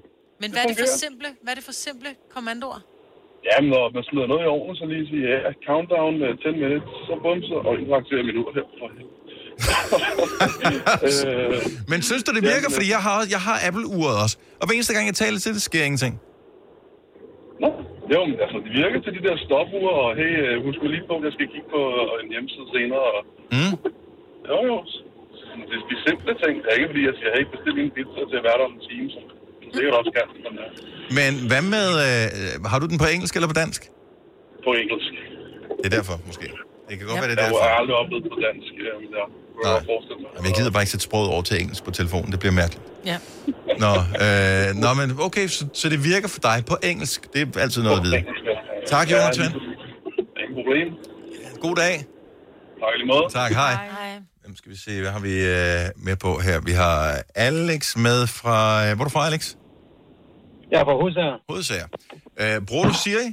[SPEAKER 15] Det
[SPEAKER 2] hvad er det for
[SPEAKER 15] fungerer.
[SPEAKER 2] simple, hvad er det for simple kommandoer?
[SPEAKER 15] jamen, når man smider noget i ovnen, så lige sige, ja, countdown øh, 10 minutes, så bum, så... Og jeg aktiverer min ur her. <laughs> øh,
[SPEAKER 1] Men synes du, det virker? Fordi jeg har, jeg har Apple-uret også. Og hver eneste gang, jeg taler til det, sker ingenting.
[SPEAKER 15] jo, men altså, det virker til de der stopure, og hey, øh, husk nu lige på, at jeg skal kigge på øh, en hjemmeside senere. Og,
[SPEAKER 1] Mm.
[SPEAKER 15] jo, jo. Sådan, Det er de simple ting. Det er ikke, fordi jeg siger, hey, bestil en pizza til at være der om en time, så det er jo også øh, gerne sådan der.
[SPEAKER 1] Men hvad med... Øh, har du den på engelsk eller på dansk?
[SPEAKER 15] På engelsk.
[SPEAKER 1] Det er derfor, måske. Det kan godt være, det er
[SPEAKER 15] Jeg har
[SPEAKER 1] derfor.
[SPEAKER 15] aldrig oplevet på dansk, øh, men jeg kunne godt forestille mig.
[SPEAKER 1] Jamen, jeg gider bare ikke sætte sproget over til engelsk på telefonen. Det bliver mærkeligt.
[SPEAKER 2] Ja.
[SPEAKER 1] Nå, øh, nå men okay, så, så det virker for dig på engelsk. Det er altid noget at vide. Tak, Jonathan.
[SPEAKER 15] Ingen problem.
[SPEAKER 1] God dag.
[SPEAKER 15] Tak i lige måde.
[SPEAKER 1] Tak, hej. Hvem skal vi se, hvad har vi øh, med på her? Vi har Alex med fra... Øh, hvor er du fra, Alex?
[SPEAKER 16] Jeg er fra Hovedsager.
[SPEAKER 1] Hovedsager. Øh, bruger du Siri?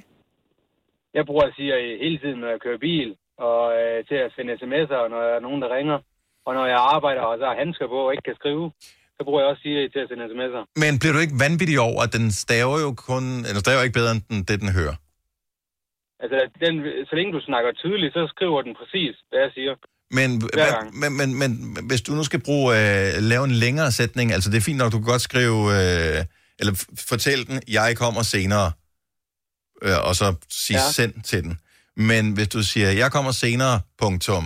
[SPEAKER 16] Jeg bruger Siri hele tiden, når jeg kører bil, og øh, til at sende sms'er, og når der er nogen, der ringer. Og når jeg arbejder, og så har handsker på og ikke kan skrive, så bruger jeg også Siri til at sende sms'er.
[SPEAKER 1] Men bliver du ikke vanvittig over, at den staver jo kun... Eller staver ikke bedre end den, det, den hører?
[SPEAKER 16] Altså, den, så længe du snakker tydeligt, så skriver den præcis, hvad jeg siger.
[SPEAKER 1] Men,
[SPEAKER 16] Hver
[SPEAKER 1] hva,
[SPEAKER 16] gang.
[SPEAKER 1] men, men, men hvis du nu skal bruge, øh, lave en længere sætning, altså det er fint nok, du kan godt skrive, øh, eller f- fortæl den, jeg kommer senere, øh, og så sige ja.
[SPEAKER 17] Ja.
[SPEAKER 1] send til den. Men hvis du siger, jeg kommer senere, punktum,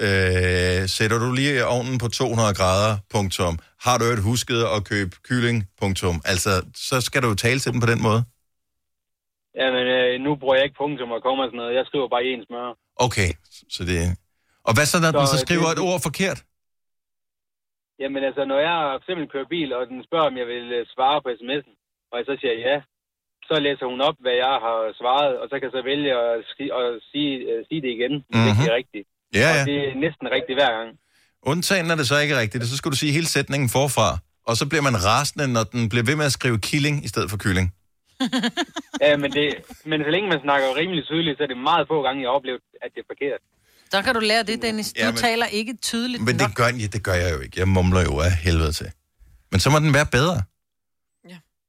[SPEAKER 1] øh, sætter du lige ovnen på 200 grader, punktum, har du øvrigt husket at købe kylling, punktum, altså så skal du jo tale til den på den måde.
[SPEAKER 16] Jamen, øh, nu bruger jeg ikke punktum og kommer og sådan noget. Jeg skriver bare en smør.
[SPEAKER 1] Okay, så det Og hvad så, når så, den
[SPEAKER 16] Så
[SPEAKER 1] så
[SPEAKER 16] det-
[SPEAKER 1] skriver et ord forkert?
[SPEAKER 16] Jamen, altså, når jeg for eksempel kører bil, og den spørger, om jeg vil øh, svare på sms'en, og jeg så siger ja, så læser hun op, hvad jeg har svaret, og så kan jeg så vælge at, ski- at sige, øh, sige det igen, hvis mm-hmm. det er rigtigt.
[SPEAKER 1] Mhm. Ja,
[SPEAKER 16] og
[SPEAKER 1] ja.
[SPEAKER 16] det er næsten rigtigt hver gang.
[SPEAKER 1] Undtagen er det så ikke rigtigt, så skal du sige hele sætningen forfra. Og så bliver man rasende, når den bliver ved med at skrive killing i stedet for kylling.
[SPEAKER 16] Ja, men, det, men så længe man snakker rimelig tydeligt, så er det meget få gange, jeg har oplevet, at det er forkert.
[SPEAKER 2] Der kan du lære det, Dennis. Du
[SPEAKER 1] Ja,
[SPEAKER 2] ja,
[SPEAKER 1] men-
[SPEAKER 2] men... taler ikke tydeligt.
[SPEAKER 1] Men det gør, ja, det gør jeg jo ikke. Jeg mumler jo af helvede til. Men så må den være bedre.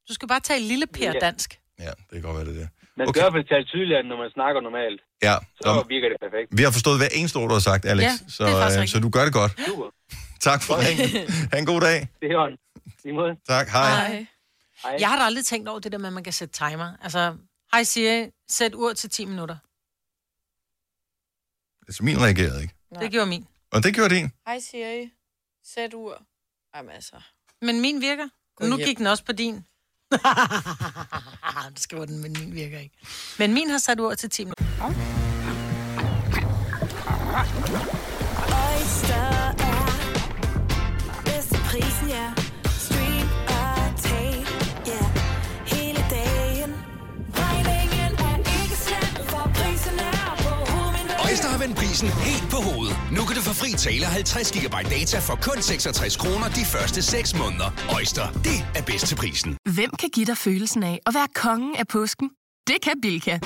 [SPEAKER 2] Du skal bare tale lille per
[SPEAKER 16] Ja.
[SPEAKER 2] dansk.
[SPEAKER 1] Ja, det kan godt være det der.
[SPEAKER 16] Man skal i hvert fald tale tydeligere, end når man snakker normalt.
[SPEAKER 1] Ja,
[SPEAKER 16] Så
[SPEAKER 1] om,
[SPEAKER 16] virker det perfekt.
[SPEAKER 1] vi har forstået hver eneste ord, du har sagt, Alex.
[SPEAKER 16] Ja, det er
[SPEAKER 1] så,
[SPEAKER 16] faktisk
[SPEAKER 1] øh,
[SPEAKER 16] rigtigt.
[SPEAKER 1] så du gør det godt.
[SPEAKER 16] Super.
[SPEAKER 1] Tak for ringen. Ha' en god dag.
[SPEAKER 16] Det er hånden. Lige måde.
[SPEAKER 1] Tak, hej.
[SPEAKER 2] Hej. Jeg har da aldrig tænkt over det der med, at man kan sætte timer. Altså, hej Siri, sæt ur til 10 minutter.
[SPEAKER 1] Altså, min reagerede ikke.
[SPEAKER 2] Nej. Det gjorde min.
[SPEAKER 1] Og det gjorde din.
[SPEAKER 3] Hej Siri, sæt ur. Jamen altså.
[SPEAKER 2] Men min virker.
[SPEAKER 3] Gå
[SPEAKER 2] nu
[SPEAKER 3] hjem.
[SPEAKER 2] gik den også på din. Ah, det skriver den, men min virker ikke. Men min har sat ur til 10 minutter.
[SPEAKER 17] Oyster er bedst til prisen, ja. Stream og tag, ja. Hele dagen. Regningen er ikke slem, for prisen er på
[SPEAKER 18] Øjster har vendt prisen helt på hovedet. Nu kan du få fri tale 50 GB data for kun 66 kroner de første 6 måneder. Øjster, det er bedst til prisen.
[SPEAKER 19] Hvem kan give dig følelsen af at være kongen af påsken? Det kan Bilka!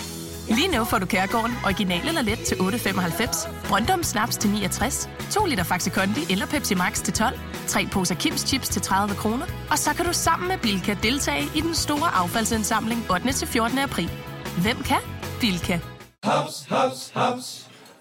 [SPEAKER 19] Lige nu får du Kærgården original eller let til 8.95, Brøndum Snaps til 69, 2 liter Faxi Kondi eller Pepsi Max til 12, 3 poser Kims Chips til 30 kroner, og så kan du sammen med Bilka deltage i den store affaldsindsamling 8. til 14. april. Hvem kan? Bilka.
[SPEAKER 20] Haps, haps, haps.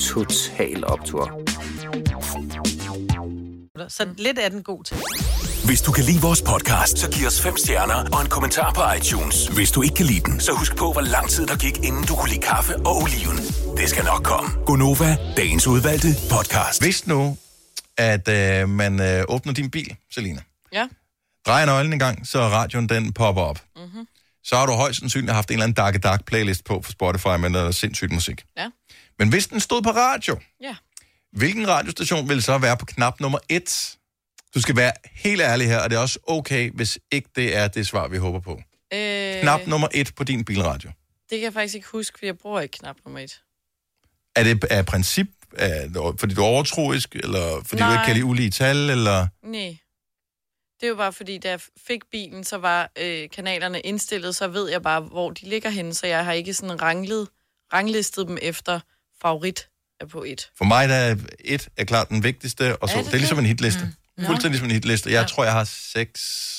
[SPEAKER 21] Total Optor.
[SPEAKER 2] Så lidt er den god til.
[SPEAKER 4] Hvis du kan lide vores podcast, så giv os fem stjerner og en kommentar på iTunes. Hvis du ikke kan lide den, så husk på, hvor lang tid der gik, inden du kunne lide kaffe og oliven. Det skal nok komme.
[SPEAKER 1] Gonova, dagens udvalgte podcast. Hvis nu, at øh, man øh, åbner din bil, Selina,
[SPEAKER 3] Ja.
[SPEAKER 1] drejer nøglen en gang, så radioen den popper op. Mm-hmm.
[SPEAKER 3] Mhm.
[SPEAKER 1] Så har du højst sandsynligt haft en eller anden dark dark playlist på for Spotify med noget sindssygt musik.
[SPEAKER 3] Ja.
[SPEAKER 1] Men hvis den stod på radio,
[SPEAKER 3] Ja.
[SPEAKER 1] hvilken radiostation vil så være på knap nummer et? Du skal være helt ærlig her, og det er også okay, hvis ikke det er det svar, vi håber på.
[SPEAKER 3] Øh,
[SPEAKER 1] Knap nummer et på din bilradio.
[SPEAKER 3] Det kan jeg faktisk ikke huske, for jeg bruger ikke knap nummer et.
[SPEAKER 1] Er det af princip, er, fordi du er overtroisk, eller fordi Nej. du ikke
[SPEAKER 3] Nej.
[SPEAKER 1] kan lide ulige tal, eller...
[SPEAKER 3] Nej. Det er jo bare fordi, da jeg fik bilen, så var øh, kanalerne indstillet, så ved jeg bare, hvor de ligger henne, så jeg har ikke sådan ranglet, ranglistet dem efter favorit er på et.
[SPEAKER 1] For mig der er et er klart den vigtigste, og så,
[SPEAKER 3] Er
[SPEAKER 1] det,
[SPEAKER 3] det
[SPEAKER 1] det er ligesom en hitliste. Mm. Fuldstændig ligesom en hitliste. Jeg ja. tror, jeg har seks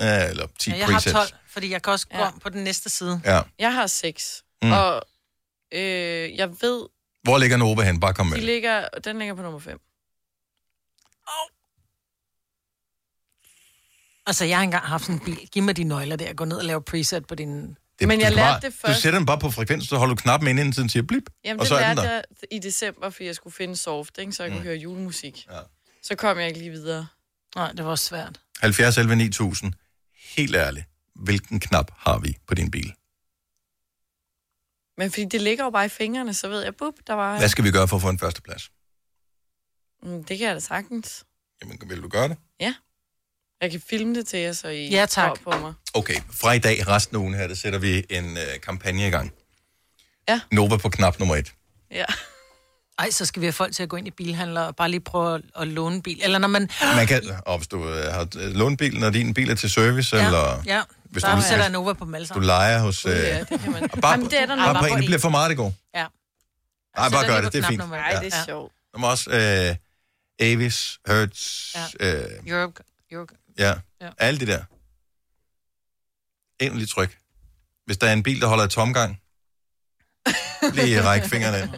[SPEAKER 1] øh, eller ti
[SPEAKER 2] Ja,
[SPEAKER 1] ja,
[SPEAKER 2] jeg har
[SPEAKER 1] presets.
[SPEAKER 2] 12, fordi jeg kan også gå ja. om på den næste side.
[SPEAKER 1] Ja.
[SPEAKER 3] Jeg har seks,
[SPEAKER 1] Mm.
[SPEAKER 3] mm. og øh, jeg ved,
[SPEAKER 1] Hvor ligger Nova hen? Bare kom med.
[SPEAKER 3] de
[SPEAKER 1] det.
[SPEAKER 3] ligger, den ligger på nummer 5.
[SPEAKER 2] Altså, jeg har engang haft sådan en bil. Giv mig de nøgler der. Gå ned og lave preset på din...
[SPEAKER 1] Det- du skal bare- Du sætter den bare på frekvens, så holder du knappen inde, indtil den siger blip,
[SPEAKER 3] Jamen,
[SPEAKER 1] og
[SPEAKER 3] det
[SPEAKER 1] så er den
[SPEAKER 3] lærte
[SPEAKER 1] der.
[SPEAKER 3] jeg i december, fordi jeg skulle finde soft, ikke? så jeg kunne
[SPEAKER 1] Mm.
[SPEAKER 3] høre julemusik. Ja. Så kom jeg ikke lige videre.
[SPEAKER 2] Nej, det var også svært.
[SPEAKER 1] 70 11 9000. Helt ærligt, hvilken knap har vi på din bil?
[SPEAKER 3] Men fordi det ligger jo bare i fingrene, så ved jeg, bup, der var...
[SPEAKER 1] Hvad skal vi gøre for at få en førsteplads?
[SPEAKER 3] Mm, Det kan jeg da sagtens.
[SPEAKER 1] Jamen, vil du gøre det?
[SPEAKER 3] Ja. Jeg kan filme det til jer, så I
[SPEAKER 2] Ja, tak.
[SPEAKER 3] tror på mig.
[SPEAKER 1] Okay, fra i dag, resten af ugen her, der sætter vi en øh, kampagne i gang.
[SPEAKER 3] Ja.
[SPEAKER 1] Nova på knap nummer et.
[SPEAKER 3] Ja.
[SPEAKER 2] Ej, så skal vi have folk til at gå ind i bilhandler og bare lige prøve at, at låne en bil. Eller når man...
[SPEAKER 1] Man kan, og hvis du øh, har øh, lånt bilen, og din bil er til service, ja. eller
[SPEAKER 2] Ja, altså.
[SPEAKER 1] Hvis
[SPEAKER 2] hvis
[SPEAKER 1] du-
[SPEAKER 2] der
[SPEAKER 1] hvis-
[SPEAKER 2] sætter en over på dem alle
[SPEAKER 1] du
[SPEAKER 2] sammen.
[SPEAKER 1] leger hos... Øh,
[SPEAKER 2] Ja, det kan man.
[SPEAKER 1] og bare,
[SPEAKER 2] Jamen, det er der
[SPEAKER 1] bare
[SPEAKER 2] nok.
[SPEAKER 1] på en, det bliver for meget, det går.
[SPEAKER 2] Ja.
[SPEAKER 1] Nej,
[SPEAKER 2] Sætter
[SPEAKER 1] bare gør
[SPEAKER 2] lige
[SPEAKER 1] det,
[SPEAKER 2] på
[SPEAKER 1] det er
[SPEAKER 2] knap
[SPEAKER 1] fint.
[SPEAKER 2] nummer et.
[SPEAKER 1] Ja.
[SPEAKER 2] Ej, det er sjovt.
[SPEAKER 1] Der må også øh, Avis, Hertz,
[SPEAKER 2] Ja.
[SPEAKER 1] ja. Øh,
[SPEAKER 2] Europe, Europe.
[SPEAKER 1] ja.
[SPEAKER 2] Ja.
[SPEAKER 1] ja, alle de der. Endelig tryk. Hvis der er en bil, der holder i tomgang, lige række fingrene ind.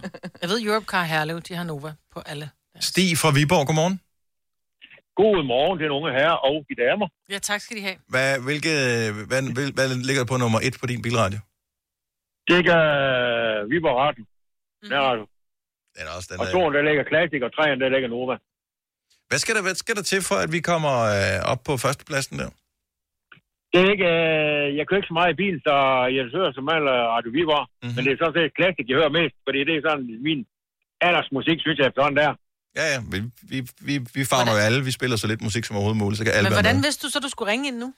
[SPEAKER 2] Jeg ved, Europe Car Herlev, de har Nova på alle.
[SPEAKER 1] Stig fra Viborg, godmorgen.
[SPEAKER 22] Godmorgen til unge herrer og de damer.
[SPEAKER 2] Ja, tak skal de have.
[SPEAKER 1] Hvad, hvilke, hvad, hvad, hvad ligger der på nummer et på din bilradio?
[SPEAKER 22] Det ligger øh, Viborg Radio. Mm. Radio.
[SPEAKER 1] Den er også, den
[SPEAKER 22] og
[SPEAKER 1] er-
[SPEAKER 22] toren, der ligger Classic, og træen, der ligger Nova.
[SPEAKER 1] Hvad skal der, hvad skal der til for, at vi kommer øh, op på førstepladsen der?
[SPEAKER 22] Det er ikke, øh, jeg kører ikke så meget i bilen, så jeg hører som regel øh, Radio Viborg.
[SPEAKER 1] Mhm.
[SPEAKER 22] Mm-hmm. Men det er sådan set Classic, jeg hører mest, fordi det er sådan min aldersmusik, synes jeg efterhånden der.
[SPEAKER 1] Ja, ja, vi, vi, vi, vi farmer jo alle, vi spiller så lidt musik som overhovedet muligt, så kan alle
[SPEAKER 2] Men
[SPEAKER 1] være
[SPEAKER 2] hvordan
[SPEAKER 1] med.
[SPEAKER 2] vidste du så, du skulle ringe ind nu?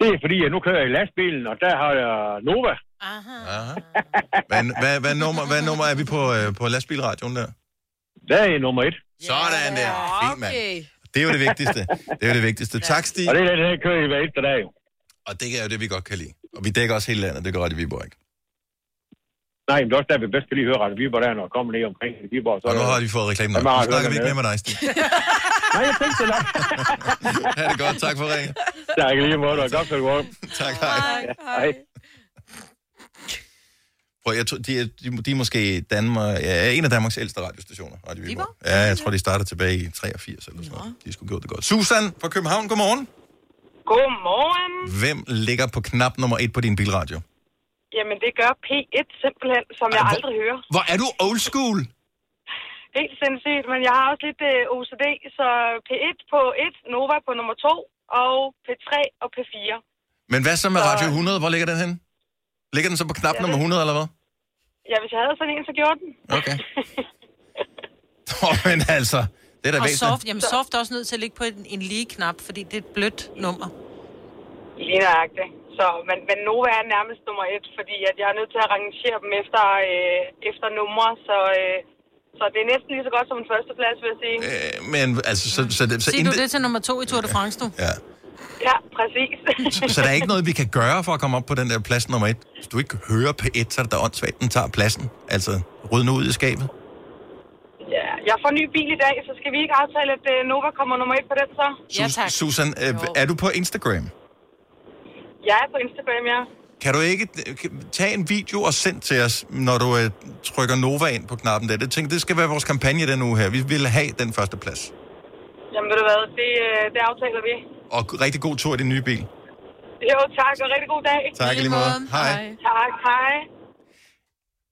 [SPEAKER 22] Det er fordi, jeg nu kører i lastbilen, og der har jeg Nova.
[SPEAKER 1] Aha. Hvad, hvad, hvad, nummer, hvad nummer er vi på, øh, på lastbilradioen der?
[SPEAKER 22] Der er nummer et.
[SPEAKER 1] Sådan der. Fint, mand. Det er jo det vigtigste. Det er jo det vigtigste. Tak, Stig.
[SPEAKER 22] Og det er den her kører i hver eneste dag, jo.
[SPEAKER 1] Og det er jo det, vi godt kan lide. Og vi dækker også hele landet, det gør det Viborg ikke.
[SPEAKER 22] Nej, men det er også der, vi bedst kan lige høre Radio Viborg, der når jeg kommer ned omkring Viborg. Så,
[SPEAKER 1] Og nu har de fået reklamen.
[SPEAKER 22] Jamen,
[SPEAKER 1] Nu
[SPEAKER 22] Radio
[SPEAKER 1] snakker vi ikke
[SPEAKER 22] Viborg
[SPEAKER 1] mere med dig, Stig.
[SPEAKER 22] Nej, jeg tænkte det nok.
[SPEAKER 1] <laughs> Ha' det godt. Tak for ringen.
[SPEAKER 22] Tak lige måde, og godt for det godt.
[SPEAKER 1] Tak, hej.
[SPEAKER 22] Hej.
[SPEAKER 1] Prøv, jeg tror, de, er, de, de er måske Danmark, ja, en af Danmarks ældste radiostationer. Radio Viborg. Ja, jeg tror, de startede tilbage i 83 eller sådan noget. De skulle gjort det godt. Susan fra København, godmorgen.
[SPEAKER 5] Godmorgen.
[SPEAKER 1] Hvem ligger på knap nummer et på din bilradio?
[SPEAKER 5] Jamen, det gør P1 simpelthen, som jeg aldrig hører.
[SPEAKER 1] Hvor er du old school?
[SPEAKER 5] Helt sindssygt, men jeg har også lidt øh, OCD, så P1 på 1, Nova på nummer 2, og P3 og P4.
[SPEAKER 1] Men hvad så med Radio 100? Hvor ligger den hen? Ligger den så på knap nummer 100, eller hvad?
[SPEAKER 5] Ja, hvis jeg havde sådan en, så gjorde den.
[SPEAKER 1] Okay. Nå, men altså, det er da
[SPEAKER 2] Og soft,
[SPEAKER 1] væsentligt.
[SPEAKER 2] jamen soft er også nødt til at ligge på en, en lige knap, fordi det er et blødt nummer.
[SPEAKER 5] Lige nøjagtigt. Så, men, men Nova er nærmest nummer 1, fordi at jeg er nødt til at rangere dem efter, øh, efter numre, så, øh, så det er næsten lige så godt som en førsteplads, vil jeg sige.
[SPEAKER 1] Øh. Men altså, så, så, så, så,
[SPEAKER 2] Sig du
[SPEAKER 1] intet,
[SPEAKER 2] det til nummer to i Tour de France, du?
[SPEAKER 1] Ja.
[SPEAKER 5] Ja, præcis.
[SPEAKER 1] så der er ikke noget, vi kan gøre for at komme op på den der plads nummer et. Hvis du ikke hører P1, så er det da åndssvagt, den tager pladsen. Altså, rydden ud i skabet.
[SPEAKER 5] Ja, jeg får ny bil i dag, så skal vi ikke aftale, at øh, Nova kommer nummer 1 på den så?
[SPEAKER 1] Sus- Susan, øh, er du på Instagram?
[SPEAKER 5] Jeg er på Instagram, ja.
[SPEAKER 1] Kan du ikke øh, kan- tage en video og sende til os, når du øh, trykker Nova ind på knappen der? Det, tænker, det skal være vores kampagne den uge her. Vi vil have den første plads.
[SPEAKER 5] Jamen ved du hvad, det, øh, det aftaler vi.
[SPEAKER 1] Og rigtig god tur i din nye bil.
[SPEAKER 5] Jo, tak, og rigtig god dag.
[SPEAKER 1] Tak, i lige måde. Hej.
[SPEAKER 5] Tak, hej.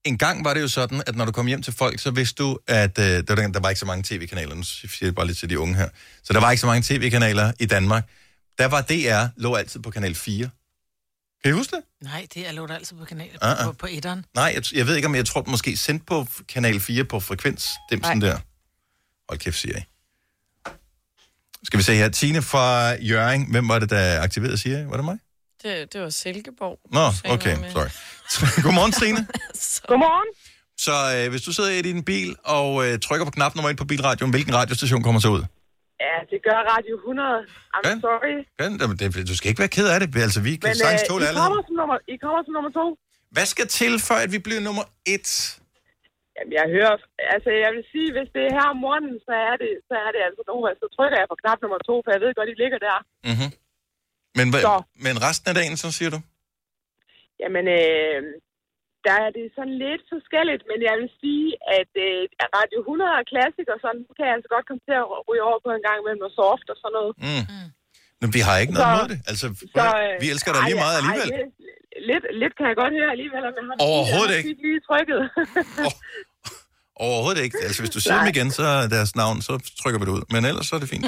[SPEAKER 1] En gang var det jo sådan, at når du kom hjem til folk, så vidste du, at øh, der, var dengang, der var ikke så mange tv-kanaler. Nu siger jeg bare lidt til de unge her. Så der var ikke så mange tv-kanaler i Danmark. Der var DR, lå altid på kanal 4. Kan I huske det?
[SPEAKER 2] Nej, det er lå der altid på kanalen
[SPEAKER 1] Ah,
[SPEAKER 2] uh-uh.
[SPEAKER 1] ah.
[SPEAKER 2] på, på etteren. <laughs>
[SPEAKER 1] Nej, jeg, jeg ved ikke, om jeg tror, den måske sendt på f- kanal 4 på frekvens. Dem sådan der. Hold kæft, siger jeg. Skal vi se her. Tine fra Jøring. Hvem var det, der aktiverede Siri? Var det mig?
[SPEAKER 3] Det, det var
[SPEAKER 2] <laughs>
[SPEAKER 3] Silkeborg.
[SPEAKER 1] Nå, okay, sorry. <laughs> Godmorgen, Trine.
[SPEAKER 5] Godmorgen.
[SPEAKER 1] Så øh, hvis du sidder i din bil og øh, trykker på knap nummer 1 på bilradioen, hvilken radiostation kommer så ud?
[SPEAKER 5] Ja, det gør Radio 100. I'm
[SPEAKER 1] Ja.
[SPEAKER 5] sorry.
[SPEAKER 1] Ja, jamen, det, du skal ikke være ked af det. Altså, vi kan
[SPEAKER 5] Men
[SPEAKER 1] Men, sagtens
[SPEAKER 5] øh,
[SPEAKER 1] tåle
[SPEAKER 5] I,
[SPEAKER 1] alle.
[SPEAKER 5] kommer som nummer, I kommer som nummer to.
[SPEAKER 1] Hvad skal til, for at vi bliver nummer 1?
[SPEAKER 5] Jamen, jeg hører... Altså, jeg vil sige, hvis det er her om morgenen, så er det, så er det altså Nova. Så trykker jeg på knap nummer to, for jeg ved godt, I ligger der.
[SPEAKER 1] Mm-hmm. Men,
[SPEAKER 5] Så.
[SPEAKER 1] hva, men resten af dagen, så siger du? Mm.
[SPEAKER 5] Jamen, øh, der er det sådan lidt forskelligt, men jeg vil sige, at øh, Radio 100 er klassiker, så nu kan jeg altså godt komme til at ryge over på en gang mellem noget soft og sådan noget.
[SPEAKER 1] Mm. Mm. Men vi har ikke noget
[SPEAKER 5] Så- øh,
[SPEAKER 1] imod det. Altså, så, vi elsker dig lige meget alligevel.
[SPEAKER 5] Ej, lidt, lidt kan jeg godt høre alligevel, men han
[SPEAKER 1] Overhovedet
[SPEAKER 5] han
[SPEAKER 1] ikke.
[SPEAKER 5] fik lige trykket.
[SPEAKER 1] Overhovedet ikke. Altså, hvis du siger dem
[SPEAKER 5] Nej.
[SPEAKER 1] igen, så er deres navn, så trykker vi det ud. Men ellers så er det fint.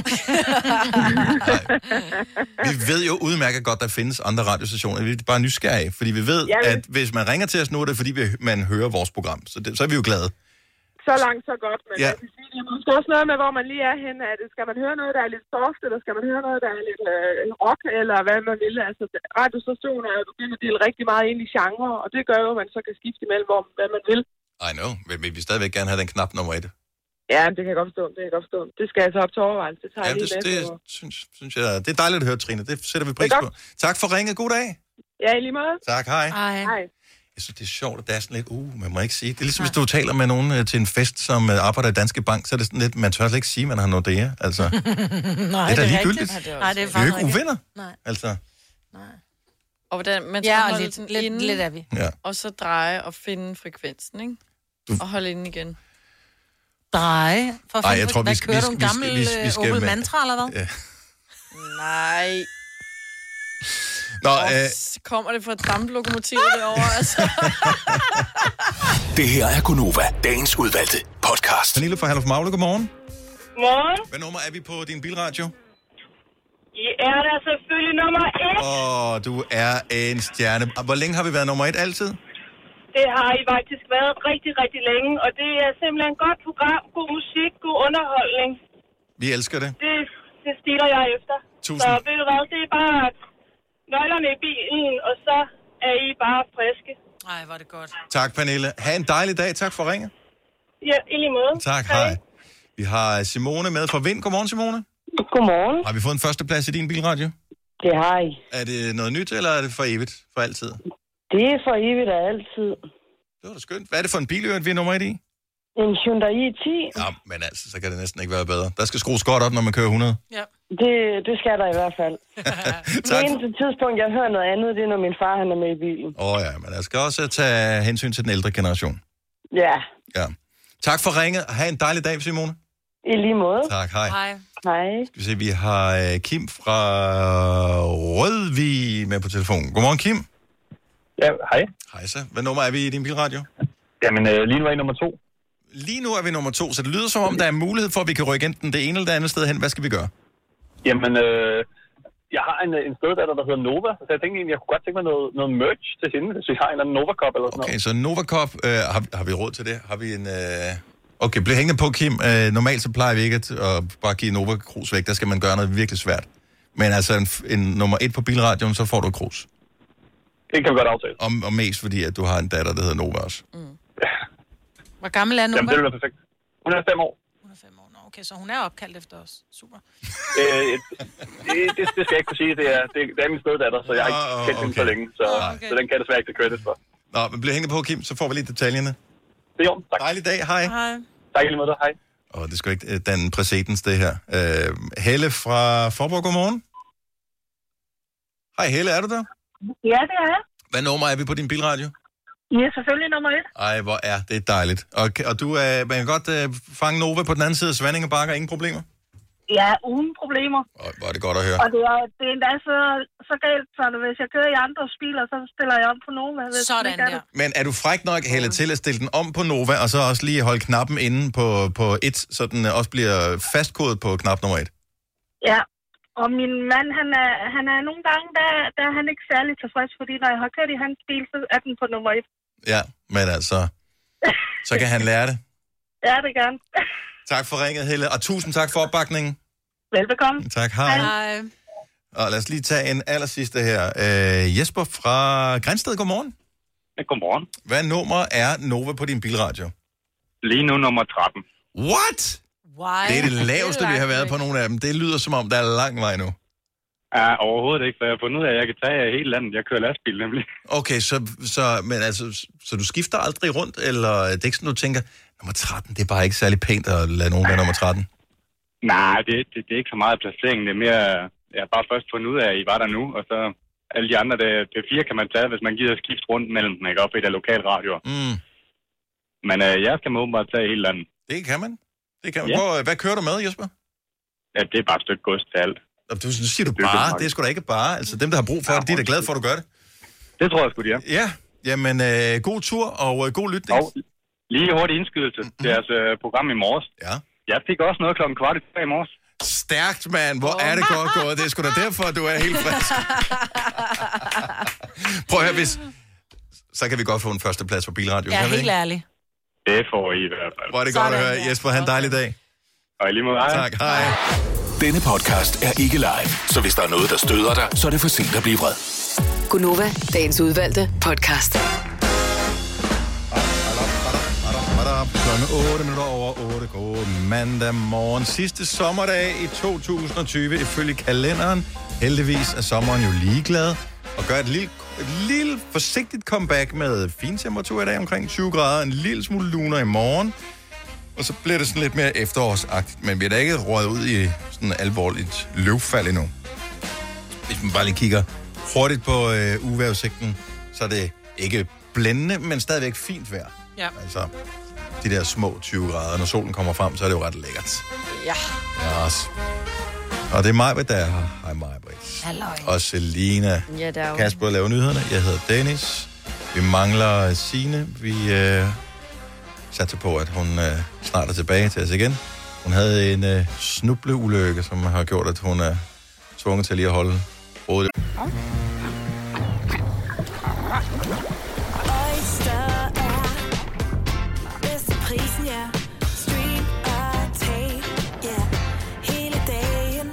[SPEAKER 1] Vi ved jo udmærket godt, der findes andre radiostationer. Vi er bare nysgerrige, fordi vi ved,
[SPEAKER 5] Jamen.
[SPEAKER 1] at hvis man ringer til os nu, er det fordi, vi, man hører vores program. Så, det, så er vi jo glade.
[SPEAKER 5] <laughs> så langt, så godt. Men
[SPEAKER 1] Ja.
[SPEAKER 5] ja. jeg vil sige, det er måske også noget med, hvor man lige er henne. Er det, skal man høre noget, der er lidt soft, eller skal man høre noget, der er lidt øh, rock, eller hvad man vil? Altså, radiostationer er jo begyndt at dele rigtig meget ind i genre, og det gør jo, at man så kan skifte imellem, hvor, hvad man vil.
[SPEAKER 1] I know, men vi vil stadigvæk gerne have den knap nummer et.
[SPEAKER 5] Ja, det kan jeg godt forstå. Det kan jeg godt forstå. Det skal jeg så op til overvejelse. Det tager
[SPEAKER 1] Ja,
[SPEAKER 5] jeg lige
[SPEAKER 1] det,
[SPEAKER 5] med.
[SPEAKER 1] det synes, synes jeg, det er dejligt at høre, Trine. Det sætter vi pris på. Tak for ringet. God dag.
[SPEAKER 5] Ja, i lige måde.
[SPEAKER 1] Tak, hej.
[SPEAKER 5] Hej.
[SPEAKER 1] Jeg synes, det er sjovt, at det er sådan lidt, uh, man må ikke sige. Det er ligesom, hvis du taler med nogen øh, til en fest, som øh, arbejder i Danske Bank, så er det sådan lidt, man tør slet ikke sige, man har Nordea. <laughs> Altså, det
[SPEAKER 3] Nej,
[SPEAKER 1] er da ligegyldigt.
[SPEAKER 3] Nej, det er
[SPEAKER 1] Vi er jo
[SPEAKER 3] faktisk
[SPEAKER 1] ikke uvenner.
[SPEAKER 3] Nej.
[SPEAKER 1] Altså,
[SPEAKER 3] Og hvordan, man skal
[SPEAKER 2] Ja,
[SPEAKER 3] ja,
[SPEAKER 2] og
[SPEAKER 3] holde
[SPEAKER 2] lidt-
[SPEAKER 3] lidt, den
[SPEAKER 2] lidt-
[SPEAKER 3] inden,
[SPEAKER 2] lidt er vi.
[SPEAKER 1] Ja.
[SPEAKER 3] og så dreje og finde frekvensen, ikke?
[SPEAKER 1] Du...
[SPEAKER 3] Og holde inden igen.
[SPEAKER 2] Dreje. For
[SPEAKER 1] Ej, jeg tror, vi
[SPEAKER 2] hvad
[SPEAKER 1] skal-
[SPEAKER 2] kører
[SPEAKER 1] vi
[SPEAKER 2] du en
[SPEAKER 1] skal- vi
[SPEAKER 2] gammel
[SPEAKER 1] skal- vi
[SPEAKER 2] øh,
[SPEAKER 1] skal
[SPEAKER 2] Opel
[SPEAKER 1] med-
[SPEAKER 2] Mantra, eller hvad?
[SPEAKER 1] ja.
[SPEAKER 3] Nej.
[SPEAKER 1] Nå,
[SPEAKER 3] Og
[SPEAKER 1] øh,
[SPEAKER 3] så kommer det fra et damplokomotiv
[SPEAKER 2] <laughs>
[SPEAKER 3] derovre, altså.
[SPEAKER 4] Det her er Gunova, dagens udvalgte podcast.
[SPEAKER 1] Pernille fra Herluf Magle, godmorgen.
[SPEAKER 6] Morgen.
[SPEAKER 1] Hvad nummer er vi på din bilradio?
[SPEAKER 6] I er der selvfølgelig nummer et.
[SPEAKER 1] Åh, du er en stjerne. Ah, Hvor længe har vi været nummer et altid?
[SPEAKER 6] Det har I faktisk været rigtig, rigtig længe, og det er simpelthen et godt program, god musik, god underholdning.
[SPEAKER 1] Vi elsker det.
[SPEAKER 6] Det, det stiler jeg efter.
[SPEAKER 1] Tusind.
[SPEAKER 6] Så ved du hvad, det er bare nøglerne i bilen, og så er I bare friske.
[SPEAKER 2] Nej, var det godt.
[SPEAKER 1] Tak, Pernille. Ha' en dejlig dag. Tak for ringet.
[SPEAKER 6] Ja, i lige måde.
[SPEAKER 1] Tak, hej. Vi har øh, Simone med fra Vind. Godmorgen, Simone.
[SPEAKER 6] Godmorgen.
[SPEAKER 1] Har vi fået en førsteplads i din bilradio?
[SPEAKER 6] Det har I.
[SPEAKER 1] Er det noget nyt, eller er det for evigt, for altid?
[SPEAKER 6] Det er for evigt og altid.
[SPEAKER 1] Det var da skønt. Hvad er det for en bil, i øvrigt, vi er nummer et i?
[SPEAKER 7] En Hyundai i10,
[SPEAKER 1] Ja, men altså, så kan det næsten ikke være bedre. Der skal skrues godt op, når man kører 100.
[SPEAKER 7] ja. det, det skal der i hvert fald. det
[SPEAKER 1] Tak.
[SPEAKER 7] eneste tidspunkt, jeg hører noget andet, det er, når min far han er med i bilen.
[SPEAKER 1] Åh oh, ja, men jeg skal også tage hensyn til den ældre generation.
[SPEAKER 7] Ja,
[SPEAKER 1] Ja. Tak for ringet. Ha' en dejlig dag, Simone.
[SPEAKER 7] i lige måde.
[SPEAKER 1] Tak, hej.
[SPEAKER 7] Hej. Hej.
[SPEAKER 1] Skal vi se, vi har øh, Kim fra Rødvig med på telefonen. Godmorgen, Kim.
[SPEAKER 8] Ja, hej.
[SPEAKER 1] Hej så. Hvad nummer er vi i din bilradio?
[SPEAKER 8] Jamen, øh, lige nu er I nummer to.
[SPEAKER 1] Lige nu er vi nummer to, så det lyder som om, der er mulighed for, at vi kan rykke enten det ene eller det andet sted hen. Hvad skal vi gøre?
[SPEAKER 8] Jamen, øh, jeg har en, øh, en støddatter, der hedder Nova, så jeg tænkte egentlig, jeg kunne godt tænke mig noget, noget merch til hende, hvis vi har en eller anden Nova Cup eller sådan
[SPEAKER 1] Okay, så Novakop, øh, har, har vi råd til det? Har vi en... Øh... Okay, bliv hængende på, Kim. Øh, normalt så plejer vi ikke at, at bare give Nova Cruz væk. Der skal man gøre noget virkelig svært. Men altså, en, f- en nummer et på bilradioen, så får du et krus.
[SPEAKER 8] Det kan vi godt aftale.
[SPEAKER 1] Og, og mest fordi, at du har en datter, der hedder Nova også.
[SPEAKER 2] Hvor gammel er Nova?
[SPEAKER 8] være perfekt. Hun er fem år.
[SPEAKER 2] Okay, så hun er opkaldt efter os. Super.
[SPEAKER 8] Øh, det, det, det, skal jeg ikke kunne sige. Det er, det, det er min støddatter, så jeg har ikke kendt hende så længe, så, okay. så den kan jeg desværre ikke til credit for.
[SPEAKER 1] Nå, men bliv hængende på, Kim, så får vi lige detaljerne.
[SPEAKER 8] Det er jo, tak.
[SPEAKER 1] Dejlig dag, hej.
[SPEAKER 2] Hej.
[SPEAKER 8] Tak i lige måde, dig. hej.
[SPEAKER 1] Og det skal jo ikke øh, danne præcedens, det her. Øh, Helle fra Forborg, godmorgen. Hej Helle, er du der?
[SPEAKER 9] Ja, det er jeg.
[SPEAKER 1] Hvad nummer er vi på din bilradio?
[SPEAKER 9] Ja, selvfølgelig nummer et.
[SPEAKER 1] Ej, hvor er det dejligt. Og, og du, øh, man kan godt øh, fange Nova på den anden side af Svanninge Bakker, ingen problemer.
[SPEAKER 9] Ja, uden problemer.
[SPEAKER 1] Hvor er det godt at høre.
[SPEAKER 9] Og det er, det er endda så, så galt, så når- hvis jeg kører i andres biler, så stiller jeg om på nogen. Hvis Sådan der. Det.
[SPEAKER 1] Men er du fræk nok, Helle, til at stille den om på Nova, og så også lige holde knappen inde på, på et, så den øh, også bliver fastkodet på knap nummer et?
[SPEAKER 9] Ja, og min mand, han er, han er nogle gange, der, der er han ikke særlig tilfreds, fordi når jeg har kørt i hans bil, så er den på nummer et.
[SPEAKER 1] Ja, men altså, så kan han lære det.
[SPEAKER 9] Ja, det gerne.
[SPEAKER 1] Tak for ringet, Helle, og tusind tak for opbakningen.
[SPEAKER 9] Velbekomme.
[SPEAKER 1] Tak, hej. Og lad os lige tage en aller sidste her. Øh, Jesper fra Grænsted, godmorgen.
[SPEAKER 23] Ja, godmorgen.
[SPEAKER 1] Hvad nummer er Nova på din bilradio?
[SPEAKER 23] Lige nu nummer 13.
[SPEAKER 1] What?
[SPEAKER 2] Why?
[SPEAKER 1] Det er det laveste, vi har været på nogle af dem. Det lyder som om, der er lang vej nu.
[SPEAKER 23] Ja, overhovedet ikke, for jeg har fundet ud af, at jeg kan tage af hele landet. Jeg kører lastbil nemlig.
[SPEAKER 1] Okay, så, så, men altså, så du skifter aldrig rundt, eller det er ikke sådan, du tænker, nummer 13, det er bare ikke særlig pænt at lade nogen være nummer Mm. 13.
[SPEAKER 23] Nej, det, det, det er ikke så meget placeringen. Det er mere, jeg har bare først fundet ud af, at I var der nu, og så alle de andre, det, det fire kan man tage, hvis man gider skifte rundt mellem dem, ikke? Op i der lokale radioer.
[SPEAKER 1] Mm.
[SPEAKER 23] Men øh, jeg skal man åbenbart tage hele landet.
[SPEAKER 1] Det kan man. Det kan man.
[SPEAKER 23] Ja.
[SPEAKER 1] Hvor, hvad kører du med, Jesper?
[SPEAKER 23] Ja, det er bare et stykke gods til alt.
[SPEAKER 1] Nå, Du nu siger du bare, det er sgu da ikke bare. Altså dem, der har brug for det, de er da glade for, at du gør det.
[SPEAKER 23] Det tror jeg sgu, de er.
[SPEAKER 1] Ja, jamen øh, god tur og øh, god lytning.
[SPEAKER 23] Og lige hurtig indskydelse til
[SPEAKER 1] Mhm.
[SPEAKER 23] jeres øh, program i morges.
[SPEAKER 1] Ja.
[SPEAKER 23] Jeg fik også noget klokken kvart i tre i morges.
[SPEAKER 1] Stærkt, mand. Hvor er det godt gået. Det er sgu da derfor, at du
[SPEAKER 10] <laughs>
[SPEAKER 1] er helt
[SPEAKER 2] <laughs>
[SPEAKER 1] frisk. Prøv at høre, hvis... Så kan vi godt få en førsteplads på Bilradioen.
[SPEAKER 2] Ja,
[SPEAKER 1] kan vi
[SPEAKER 2] helt
[SPEAKER 1] ikke?
[SPEAKER 2] ærlig.
[SPEAKER 23] Det får I i hvert fald.
[SPEAKER 1] Hvor er det godt at høre. Jesper, have en dejlig dag.
[SPEAKER 23] Og i lige måde,
[SPEAKER 1] Tak, hej.
[SPEAKER 4] Denne podcast er ikke live, så hvis der er noget, der støder dig, så er det for sent at blive vred.
[SPEAKER 24] Gunova, dagens udvalgte podcast.
[SPEAKER 1] Badab, Klokken 8 minutter over 8. God mandag morgen. Sidste sommerdag i 2020 ifølge kalenderen. Heldigvis er sommeren jo ligeglad og gør et lille, et lille forsigtigt comeback med fin temperatur i dag omkring 20 grader. En lille smule luner i morgen. Og så bliver det sådan lidt mere efterårsagtigt, men vi er da ikke røget ud i sådan alvorligt løvfald endnu. Hvis man bare lige kigger hurtigt på øh, uvejrudsigten, så er det ikke blændende, men stadigvæk fint vejr.
[SPEAKER 2] Ja.
[SPEAKER 1] Altså, de der små 20 grader. Når solen kommer frem, så er det jo ret lækkert.
[SPEAKER 2] Ja.
[SPEAKER 1] Yes. Og det er mig, der er her. Hej mig, Britt.
[SPEAKER 2] Halløj.
[SPEAKER 1] Og Selina.
[SPEAKER 3] Ja, der er jo...
[SPEAKER 1] Kasper laver nyhederne. Jeg hedder Dennis. Vi mangler Sine. Vi øh, satte på, at hun øh, snart er tilbage til os igen. Hun havde en øh, snubleulykke, som har gjort, at hun er tvunget til lige at holde hovedet.
[SPEAKER 17] Oyster er bedst til prisen, ja. Stream og tag, ja. Hele dagen.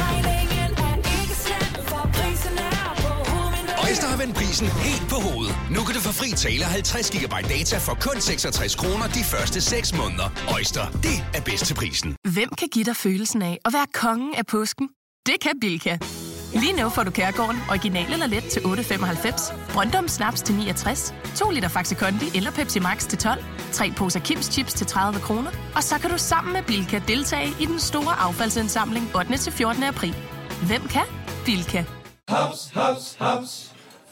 [SPEAKER 17] Regningen er ikke slem, for prisen er på hovedet.
[SPEAKER 18] Øjster har vendt prisen helt på hovedet. Nu kan du få fri tale og 50 GB data for kun 66 kroner de første 6 måneder. Øjster, det er bedst til prisen.
[SPEAKER 19] Hvem kan give dig følelsen af at være kongen af påsken? Det kan Bilka. Lige nu får du Kærgården original eller let til 8.95, Brøndum Snaps til 69, 2 liter Faxi Kondi eller Pepsi Max til 12, tre poser Kims Chips til 30 kroner, og så kan du sammen med Bilka deltage i den store affaldsindsamling 8. til 14. april. Hvem kan? Bilka.
[SPEAKER 20] Haps, haps, haps.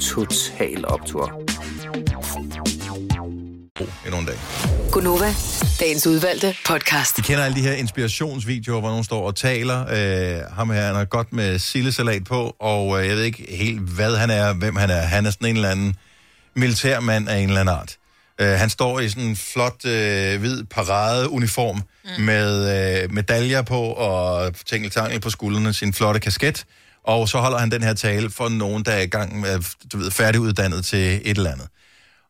[SPEAKER 21] Total Optor.
[SPEAKER 1] Endnu en dag.
[SPEAKER 24] Gunova, dagens udvalgte podcast.
[SPEAKER 1] I kender alle de her inspirationsvideoer, hvor nogen står og taler. Øh, ham her, han har godt med sillesalat på, og øh, jeg ved ikke helt, hvad han er, hvem han er. Han er sådan en eller anden militærmand af en eller anden art. Øh, han står i sådan en flot øh, hvid paradeuniform mm. med øh, medaljer på og tingeltangel på skuldrene, sin flotte kasket. Og så holder han den her tale for nogen, der er i gang med, du ved, færdiguddannet til et eller andet.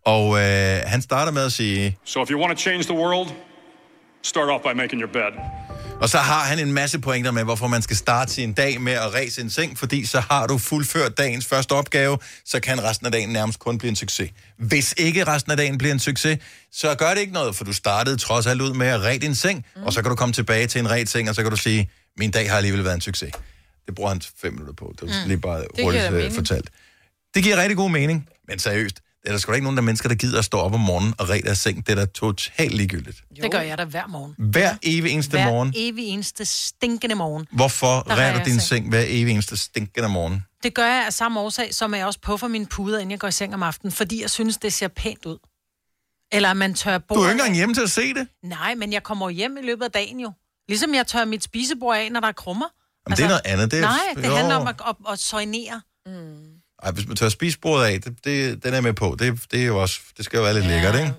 [SPEAKER 1] Og øh, han starter med at sige,
[SPEAKER 10] So if you want to change the world, start off by making your bed.
[SPEAKER 1] Og så har han en masse pointer med, hvorfor man skal starte sin dag med at ræse en seng, fordi så har du fuldført dagens første opgave, så kan resten af dagen nærmest kun blive en succes. Hvis ikke resten af dagen bliver en succes, så gør det ikke noget, for du startede trods alt ud med at ræde din seng, mm. og så kan du komme tilbage til en ræd seng, og så kan du sige, min dag har alligevel været en succes. Det bruger han fem minutter på, det var
[SPEAKER 10] Mm.
[SPEAKER 1] mm. lige bare
[SPEAKER 10] Det giver
[SPEAKER 1] hurtigt
[SPEAKER 10] da
[SPEAKER 1] øh,
[SPEAKER 10] mening.
[SPEAKER 1] fortalt. Det giver rigtig god mening, men seriøst, er der sgu da ikke nogen der mennesker, der gider at stå op om morgenen og ræde deres seng. Det er da totalt ligegyldigt.
[SPEAKER 2] Det gør jeg da hver morgen.
[SPEAKER 1] Hver evig eneste
[SPEAKER 2] hver
[SPEAKER 1] morgen.
[SPEAKER 2] evig eneste stinkende morgen.
[SPEAKER 1] Hvorfor
[SPEAKER 2] Der har
[SPEAKER 1] rærer
[SPEAKER 2] jeg
[SPEAKER 1] du din
[SPEAKER 2] seng.
[SPEAKER 1] seng hver evig eneste stinkende morgen?
[SPEAKER 2] Det gør jeg af samme årsag, som jeg også puffer mine puder, inden jeg går i seng om aftenen, fordi jeg synes, det ser pænt ud. Eller at man tør
[SPEAKER 1] Du er jo
[SPEAKER 2] bordet.
[SPEAKER 1] ikke engang hjemme til at se det.
[SPEAKER 2] Nej, men jeg kommer jo hjem i løbet af dagen jo. Ligesom jeg tør mit spisebord af, når der er krummer.
[SPEAKER 1] Jamen, det er noget andet. Det er-
[SPEAKER 2] Altså, nej, det
[SPEAKER 1] jo.
[SPEAKER 2] handler om at, at, at soignere. Mm.
[SPEAKER 1] Ej, hvis man tør spise bordet af, det, det, den er jeg med på. Det, det, er jo også, det skal jo være lidt ja, lækkert, ikke?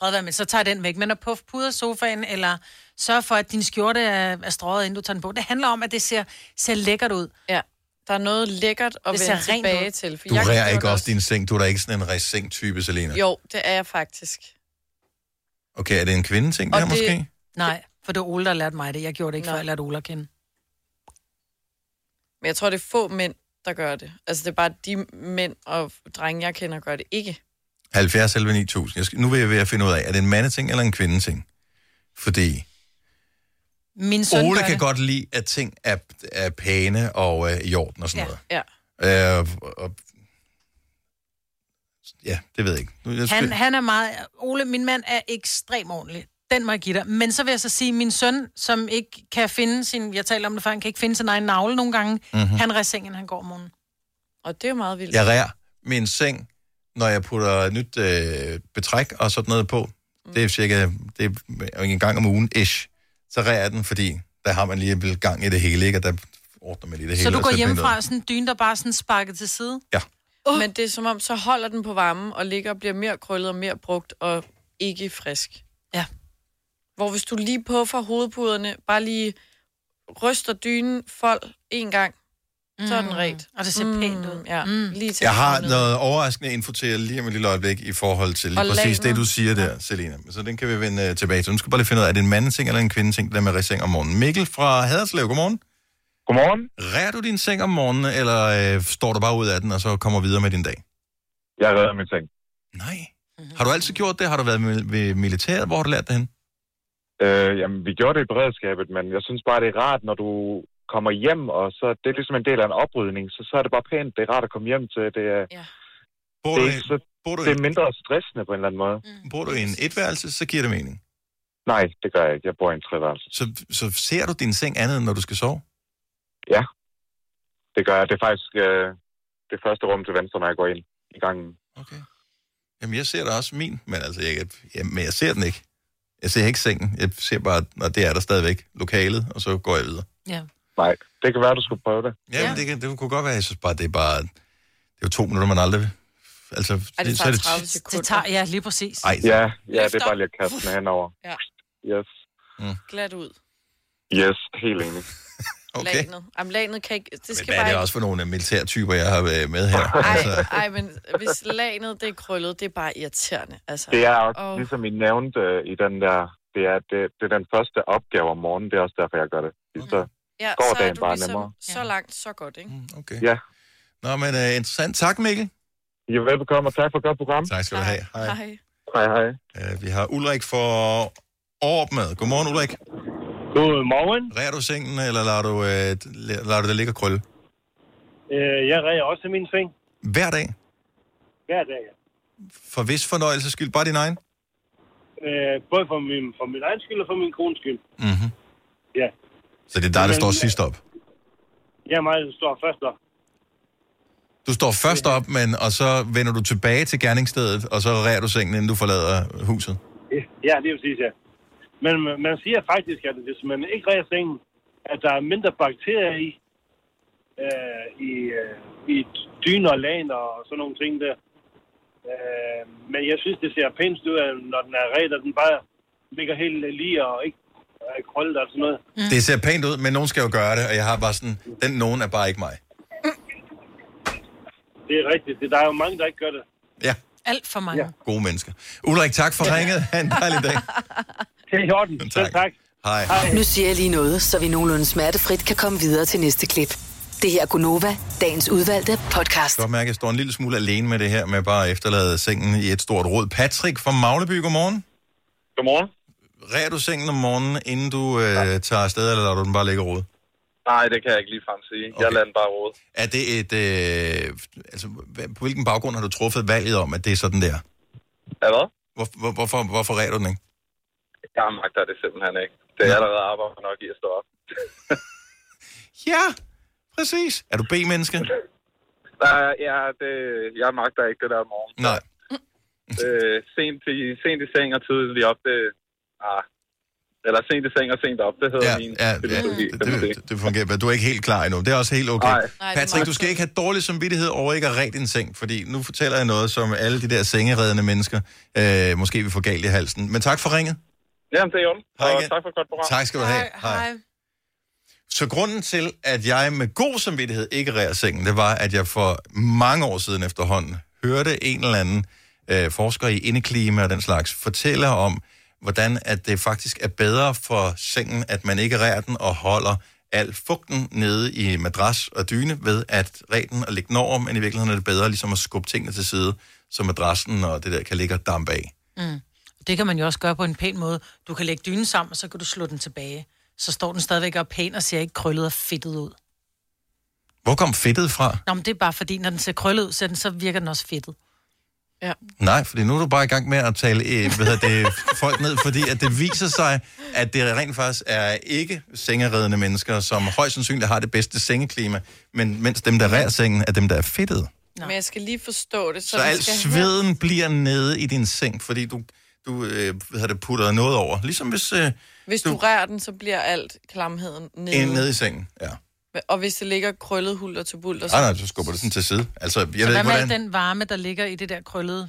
[SPEAKER 2] Fred være med, så tager jeg den væk. Men at puffe puder sofaen, eller sørge for, at din skjorte er, er strøget, inden du tager den på. Det handler om, at det ser, ser lækkert ud.
[SPEAKER 3] Ja, der er noget lækkert at
[SPEAKER 2] Det
[SPEAKER 3] det
[SPEAKER 2] ser
[SPEAKER 3] vende
[SPEAKER 2] rent
[SPEAKER 3] tilbage
[SPEAKER 2] ud.
[SPEAKER 3] ud. til. For
[SPEAKER 1] Du
[SPEAKER 3] jeg kan
[SPEAKER 1] rærer
[SPEAKER 3] gjort
[SPEAKER 1] ikke også din seng. Du er da ikke sådan en ræs-seng-type, Selina.
[SPEAKER 3] det. Jo, det er jeg faktisk.
[SPEAKER 1] Okay, er det en kvindeting, der det... måske?
[SPEAKER 2] Nej, for det var Ole, der lærte mig det. Jeg gjorde det ikke, før jeg lærte Ole at kende.
[SPEAKER 3] Men jeg tror, det er få mænd, der gør det. Altså, det er bare de mænd og drenge, jeg kender, gør det ikke.
[SPEAKER 1] 70 11 9000. Jeg skal, nu vil jeg ved at finde ud af, er det en mandeting eller en kvindeting? Fordi
[SPEAKER 2] Min søn
[SPEAKER 1] Ole
[SPEAKER 2] gør
[SPEAKER 1] kan
[SPEAKER 2] det.
[SPEAKER 1] godt lide, at ting er, er pæne og øh, i orden og sådan
[SPEAKER 2] Ja.
[SPEAKER 1] noget.
[SPEAKER 3] Ja.
[SPEAKER 1] Øh, og, ja, det ved jeg ikke. Nu- Jeg
[SPEAKER 2] Han, han er meget... Ole, min mand er ekstremt ordentlig. Den må jeg give dig. Men så vil jeg så sige, at min søn, som ikke kan finde sin... Jeg taler om det før, han kan ikke finde sin egen navle nogle gange. Mm-hmm.
[SPEAKER 1] Mhm.
[SPEAKER 2] Han ræser sengen, han går om morgenen.
[SPEAKER 3] Og det er jo meget vildt.
[SPEAKER 1] Jeg rærer min seng, når jeg putter nyt øh, betræk og sådan noget på.
[SPEAKER 2] Mm.
[SPEAKER 1] Det er cirka det er en gang om ugen, ish. Så rærer jeg den, fordi der har man lige vel gang i det hele, ikke? Og der ordner man lige det hele.
[SPEAKER 2] Så du
[SPEAKER 1] og
[SPEAKER 2] går
[SPEAKER 1] finder
[SPEAKER 2] hjemmefra
[SPEAKER 1] noget.
[SPEAKER 2] og sådan en dyne, der bare er sådan sparket til side?
[SPEAKER 1] Ja.
[SPEAKER 3] Uh. Men det er som om, så holder den på varmen og ligger og bliver mere krøllet og mere brugt og ikke frisk.
[SPEAKER 2] Ja.
[SPEAKER 3] Hvor hvis du lige puffer hovedpuderne, bare lige ryster dynen fold en gang, så er den ret.
[SPEAKER 2] Og det ser mm. pænt ud.
[SPEAKER 3] Ja, mm. lige til
[SPEAKER 1] Jeg har
[SPEAKER 3] hovedet.
[SPEAKER 1] noget overraskende info til jer lige om et lille øjeblik i forhold til lige
[SPEAKER 3] Og
[SPEAKER 1] præcis
[SPEAKER 3] laner.
[SPEAKER 1] det, du siger der, Selina. Så den kan vi vende øh, tilbage til. Nu skal vi bare lige finde ud af, er det en mandeting eller en kvindeting, det der med at ræse seng om morgenen. Mikkel fra Haderslev, godmorgen.
[SPEAKER 11] Godmorgen.
[SPEAKER 1] Rærer du din seng om morgenen, eller øh, står du bare ud af den, og så kommer videre med din dag?
[SPEAKER 11] Jeg redder min seng.
[SPEAKER 1] Har du altid gjort det? Har du været med, ved militæret? Hvor har du lært det hen?
[SPEAKER 11] Øh, jamen, vi gjorde det i beredskabet, men jeg synes bare, det er rart, når du kommer hjem, og så det er ligesom en del af en oprydning, så, så er det bare pænt, det er rart at komme hjem til. Det er,
[SPEAKER 3] ja.
[SPEAKER 1] Bor
[SPEAKER 11] det,
[SPEAKER 1] du
[SPEAKER 11] er, ikke så,
[SPEAKER 1] bor du
[SPEAKER 11] det er mindre stressende på en eller anden måde.
[SPEAKER 1] Mm. Bor du i en etværelse, så giver det mening.
[SPEAKER 11] Nej, det gør jeg ikke. Jeg bor i en treværelse.
[SPEAKER 1] Så, så ser du din seng andet, end når du skal sove?
[SPEAKER 11] Ja, det gør jeg. Det er faktisk øh, det første rum til venstre, når jeg går ind i gangen.
[SPEAKER 1] Jamen, jeg ser da også min, men altså, jeg, jeg, men jeg ser den ikke. Jeg ser ikke sengen. Jeg ser bare, når det er der stadigvæk, lokalet, og så går jeg videre.
[SPEAKER 2] Ja.
[SPEAKER 11] Nej, det kan være, du skulle prøve det.
[SPEAKER 1] Ja, ja. Det, kan, det kunne godt være, jeg synes bare, det er bare, det er jo to minutter, man aldrig... Altså,
[SPEAKER 2] Ej, det
[SPEAKER 1] så
[SPEAKER 2] tager
[SPEAKER 1] er det-
[SPEAKER 2] 30 sekunder. Det tager, ja, lige præcis.
[SPEAKER 1] Ej,
[SPEAKER 11] Ja, ja det
[SPEAKER 2] Løft
[SPEAKER 11] er
[SPEAKER 2] op.
[SPEAKER 11] bare lige at kaste den henover.
[SPEAKER 3] Ja,
[SPEAKER 11] Yes.
[SPEAKER 3] glat ud.
[SPEAKER 11] Yes, helt enig.
[SPEAKER 1] Okay.
[SPEAKER 3] Lagenet. Jamen, lagenet kan ikke... Det skal
[SPEAKER 1] Hvad er
[SPEAKER 3] bare
[SPEAKER 1] det
[SPEAKER 3] ikke...
[SPEAKER 1] også for nogle øh, militærtyper, jeg har øh, med her?
[SPEAKER 3] Ej, ej, men hvis lagenet, det er krøllet, det er bare irriterende. Altså.
[SPEAKER 11] Det er også,
[SPEAKER 3] Og-
[SPEAKER 11] oh. ligesom I nævnte øh, i den der, det er, det, det er den første opgave om morgenen, det er også derfor, jeg gør det. Mm. Så
[SPEAKER 3] Ja,
[SPEAKER 11] går
[SPEAKER 3] så er
[SPEAKER 11] dagen
[SPEAKER 3] du
[SPEAKER 11] bare
[SPEAKER 3] ligesom
[SPEAKER 11] nemmere.
[SPEAKER 3] så langt, så godt, ikke?
[SPEAKER 1] Mm, Okay.
[SPEAKER 11] Ja.
[SPEAKER 1] Nå, men uh, interessant. Tak, Mikkel.
[SPEAKER 11] Ja, velbekomme, og tak for et godt program.
[SPEAKER 1] Tak skal du have. Hej.
[SPEAKER 3] Hej.
[SPEAKER 11] Hej, hej.
[SPEAKER 1] Uh, vi har Ulrik for Orb med. Godmorgen, Ulrik.
[SPEAKER 12] Godmorgen.
[SPEAKER 1] Rærer du sengen, eller lader du, uh, lader du det ligge og krølle?
[SPEAKER 12] Øh, jeg reger også min seng
[SPEAKER 1] Hver dag.
[SPEAKER 12] hver dag. ja.
[SPEAKER 1] For hvis fornøjelse skyld. Bare din egen.
[SPEAKER 12] Øh, både for min, for min egen skyld og for min kones skyld.
[SPEAKER 1] Mm-hmm.
[SPEAKER 12] Ja.
[SPEAKER 1] Så det er dig, der
[SPEAKER 12] Men-
[SPEAKER 1] står sidst op.
[SPEAKER 12] Jeg er meget stor først op.
[SPEAKER 1] Du står først op, men, og så vender du tilbage til gerningsstedet, og så rærer du sengen, inden du forlader huset.
[SPEAKER 12] Ja, det er præcis, ja. Men man- man siger faktisk, at hvis man ikke reger sengen, at der er mindre bakterier i, øh, i, øh, i dyner og lagen og sådan nogle ting der. Øh, men jeg synes, det ser pænt ud, at når den er ret, og den bare ligger helt lige og ikke er krøllet og sådan noget.
[SPEAKER 1] Det ser pænt ud, men nogen skal jo gøre det, og jeg har bare sådan, den nogen er bare ikke mig.
[SPEAKER 12] Det er rigtigt. Det- Der er jo mange, der ikke gør det.
[SPEAKER 1] Ja,
[SPEAKER 2] Alt for mange. Ja.
[SPEAKER 1] gode mennesker. Ulrik, tak for ringet. Ha' en dejlig dag.
[SPEAKER 12] Det er i orden.
[SPEAKER 1] Tak. tak. Hej.
[SPEAKER 24] Nu siger jeg lige noget, så vi nogenlunde smertefrit kan komme videre til næste klip. Det her er Gunova, dagens udvalgte podcast.
[SPEAKER 1] Jeg kan godt mærke, at jeg står en lille smule alene med det her, med bare at efterlade sengen i et stort rod. Patrick fra Magleby, godmorgen.
[SPEAKER 13] Godmorgen.
[SPEAKER 1] Rærer du sengen om morgenen, inden du øh, tager afsted, eller lader du den bare ligge og rode?
[SPEAKER 13] Nej, det kan jeg ikke ligefrem sige. Okay. Jeg lader den bare råde.
[SPEAKER 1] Er det et... Øh, altså, hva- på hvilken baggrund har du truffet valget om, at det er sådan der?
[SPEAKER 13] Ja, hvad?
[SPEAKER 1] Hvor, hvor, hvorfor, hvorfor rærer du den ikke?
[SPEAKER 13] Jeg magter det simpelthen ikke. Det er allerede arbejde nok i at stå op.
[SPEAKER 1] Ja, præcis. Er du B-menneske?
[SPEAKER 13] <laughs> Nej, ja, det, jeg magter ikke det der om morgenen.
[SPEAKER 1] Nej.
[SPEAKER 13] Øh, sent, i, sent i seng og tidligt op, det... Ah, eller sent i seng og sent op, det hedder ja, min.
[SPEAKER 1] Ja, ja det, det, det fungerer. men Du er ikke helt klar endnu. Det er også helt okay.
[SPEAKER 13] Nej. Nej, det er
[SPEAKER 1] Patrick,
[SPEAKER 13] meget
[SPEAKER 1] du skal ikke have dårlig samvittighed over ikke at ræde din seng, fordi nu fortæller jeg noget, som alle de der sengereddende mennesker øh, måske vil få galt i halsen. Men tak for ringet.
[SPEAKER 13] Jamen, det er jo
[SPEAKER 1] Hej
[SPEAKER 13] Og
[SPEAKER 1] igen.
[SPEAKER 13] tak for et godt program.
[SPEAKER 1] Tak skal du have. Hej. Så grunden til, at jeg med god samvittighed ikke rærer sengen, det var, at jeg for mange år siden efterhånden hørte en eller anden øh, forsker i indeklima og den slags fortælle om, hvordan at det faktisk er bedre for sengen, at man ikke rærer den og holder al fugten nede i madras og dyne ved at ræde den og lægge den over, men i virkeligheden er det bedre ligesom at skubbe tingene til side, så madrassen og det der kan ligge og dampe af.
[SPEAKER 2] Mm. Det kan man jo også gøre på en pæn måde. Du kan lægge dynen sammen, og så kan du slå den tilbage. Så står den stadigvæk og er pæn og ser ikke krøllet og fedtet ud.
[SPEAKER 1] Hvor kom fedtet fra?
[SPEAKER 2] Nå, men det er bare fordi, når den ser krøllet ud, så, den, så virker den også fedtet. Ja.
[SPEAKER 1] Nej, fordi nu er du bare i gang med at tale øh, hvad hedder det, folk ned, fordi at det viser sig, at det rent faktisk er ikke sengereddende mennesker, som højst sandsynligt har det bedste sengeklima, men mens dem, der rærer sengen, er dem, der er fedtet.
[SPEAKER 3] Men jeg skal lige forstå det, så,
[SPEAKER 1] Så,
[SPEAKER 3] vi
[SPEAKER 1] al
[SPEAKER 3] skal
[SPEAKER 1] sveden bliver nede i din seng, fordi du, du øh, hvad hedder det, putter noget over. Ligesom hvis øh,
[SPEAKER 3] Hvis du, rører den, så bliver alt klamheden nede.
[SPEAKER 1] en nede i sengen. Ja.
[SPEAKER 3] Og hvis det ligger krøllet hulter til bulter,
[SPEAKER 1] Nej, nej, så skubber du sådan til side. Altså, jeg
[SPEAKER 2] så
[SPEAKER 1] ved
[SPEAKER 2] hvad
[SPEAKER 1] ikke,
[SPEAKER 2] med al
[SPEAKER 1] hvordan...
[SPEAKER 2] den varme, der ligger i det der krøllede?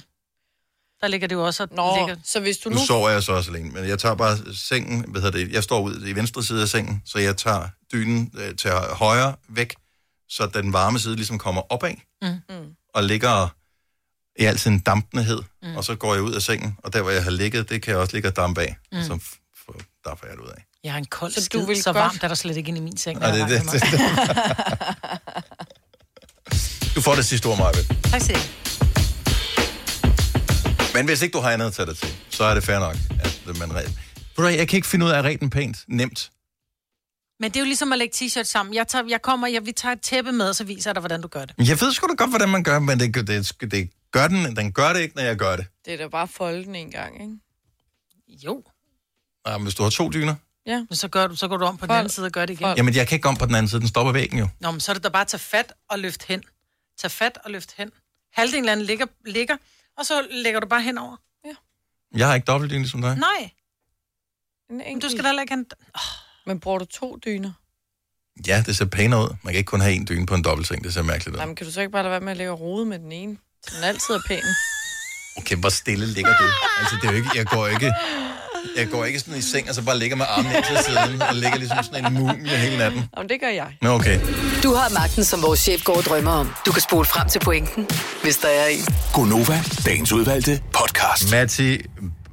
[SPEAKER 2] Der ligger det jo også og Nå, ligger...
[SPEAKER 3] så hvis du
[SPEAKER 1] Nu sover jeg så også alene, men jeg tager bare sengen, hvad hedder det, jeg står ud i venstre side af sengen, så jeg tager dynen øh, til højre væk, så den varme side ligesom kommer opad
[SPEAKER 3] Mm.
[SPEAKER 1] og ligger i al sin dampenhed, mm. og så går jeg ud af sengen, og der hvor jeg har ligget, det kan jeg også ligge og dampe af, mm. og så f- f- damper jeg det ud af.
[SPEAKER 2] Jeg har en kold
[SPEAKER 3] Så du
[SPEAKER 2] så skid,
[SPEAKER 3] vil
[SPEAKER 2] så
[SPEAKER 3] godt-
[SPEAKER 2] varmt er der slet ikke inde i min seng.
[SPEAKER 1] Nej,
[SPEAKER 2] når
[SPEAKER 1] det,
[SPEAKER 2] jeg
[SPEAKER 1] det,
[SPEAKER 2] rejser
[SPEAKER 1] det,
[SPEAKER 2] mig.
[SPEAKER 1] du får det sidste ord, Maja.
[SPEAKER 2] <laughs> Tak skal I have.
[SPEAKER 1] Men hvis ikke du har andet at tage dig til, så er det fair nok, at øh, man red. Ved du hvad, Jeg kan ikke finde ud af at ræde den pænt nemt.
[SPEAKER 2] Men det er jo ligesom at lægge t-shirt sammen. Jeg, tager, jeg kommer, jeg, vi tager et tæppe med, og så viser jeg dig, hvordan du gør det.
[SPEAKER 1] Men Jeg ved sgu da godt, hvordan man gør, men det, det, det gør den, den gør det ikke, når jeg gør det.
[SPEAKER 3] det er da bare at folde den en gang, ikke?
[SPEAKER 2] Jo.
[SPEAKER 1] Nej, men hvis du har to dyner.
[SPEAKER 3] Ja.
[SPEAKER 2] Men så, gør du, så går du om på den
[SPEAKER 3] Fold.
[SPEAKER 2] anden side og gør det igen.
[SPEAKER 1] Jamen, jeg kan ikke gå om på den anden side, den stopper væggen jo.
[SPEAKER 2] Nå, men så er det da bare at tage fat og løft hen. Tag fat og løft hen. Halvdelen af den ligger, ligger, og så lægger du bare henover.
[SPEAKER 1] Jeg har ikke dobbeltdyne som dig.
[SPEAKER 2] Nej.
[SPEAKER 3] Men
[SPEAKER 2] du skal da heller ikke have en...
[SPEAKER 3] Men bruger du to dyner?
[SPEAKER 1] Ja, det ser pænere ud. Man kan ikke kun have en dyne på en dobbeltseng, det ser mærkeligt ud.
[SPEAKER 3] Nej, men kan du så ikke bare lade være med at lægge og rode med den ene? Så den altid er pæn.
[SPEAKER 1] Okay, hvor stille ligger du? Altså, det er jo ikke, jeg går ikke Jeg går ikke sådan i seng, og så bare ligger med armen ind til siden, og ligger ligesom sådan en mumie hele natten.
[SPEAKER 3] Jamen, det gør jeg.
[SPEAKER 1] Nå, okay.
[SPEAKER 24] Du har magten, som vores chef går og drømmer om. Du kan spole frem til pointen, hvis der er en.
[SPEAKER 4] Gonova, dagens udvalgte podcast.
[SPEAKER 1] Matti,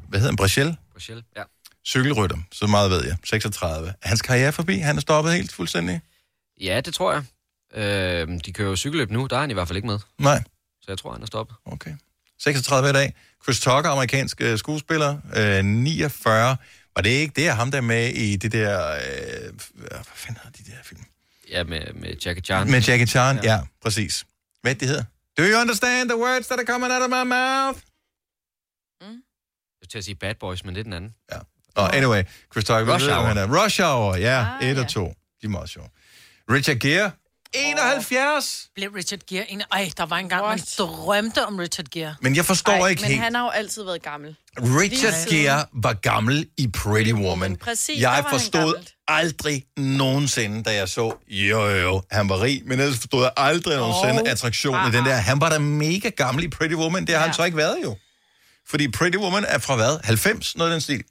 [SPEAKER 1] hvad hedder han? Brachel?
[SPEAKER 5] Rochelle, ja.
[SPEAKER 1] Cykelrytter, så meget ved jeg. 36. Er hans karriere forbi? Han er stoppet helt fuldstændig?
[SPEAKER 5] Ja, det tror jeg. Øh, de kører jo cykelløb nu, der er han i hvert fald ikke med.
[SPEAKER 1] Nej.
[SPEAKER 5] Så jeg tror, han er stoppet.
[SPEAKER 1] Okay. 36 i dag. Chris Tucker, amerikansk øh, skuespiller, øh, 49. Var det ikke det er ham, der er med i det der... Øh, hvad fanden hedder de der film?
[SPEAKER 5] Ja, med, med Jackie Chan.
[SPEAKER 1] Med Jackie Chan, ja, ja præcis. Hvad er det, det hedder? Do you understand the words that are coming out of my mouth?
[SPEAKER 5] Jeg skulle til at sige Bad Boys, men det er den anden.
[SPEAKER 1] Ja. Nå, anyway, Chris Tucker,
[SPEAKER 5] Rush
[SPEAKER 1] Rush ved,
[SPEAKER 5] Hour.
[SPEAKER 1] Hour. Han er. Rush Hour, ja, ah, 1 og 2. De er meget sjove. Richard Gere, 71!
[SPEAKER 2] Blev Richard Gere en... Ej, der var engang, man drømte om Richard Gere.
[SPEAKER 1] Men jeg forstår Ej, ikke
[SPEAKER 3] Men
[SPEAKER 1] helt.
[SPEAKER 3] han har jo altid været gammel.
[SPEAKER 1] Richard
[SPEAKER 3] Lige
[SPEAKER 1] Gere var gammel i Pretty Woman.
[SPEAKER 3] Præcis, der var
[SPEAKER 1] jeg
[SPEAKER 3] han
[SPEAKER 1] forstod aldrig nogensinde, da jeg så, jo jo, han var rig, men ellers forstod jeg aldrig nogensinde
[SPEAKER 4] Og-
[SPEAKER 3] ah,
[SPEAKER 1] attraktionen i den der. Han var da mega gammel i Pretty Woman, det har han så ikke været jo. Fordi Pretty Woman er fra hvad? 90? Noget af den stil.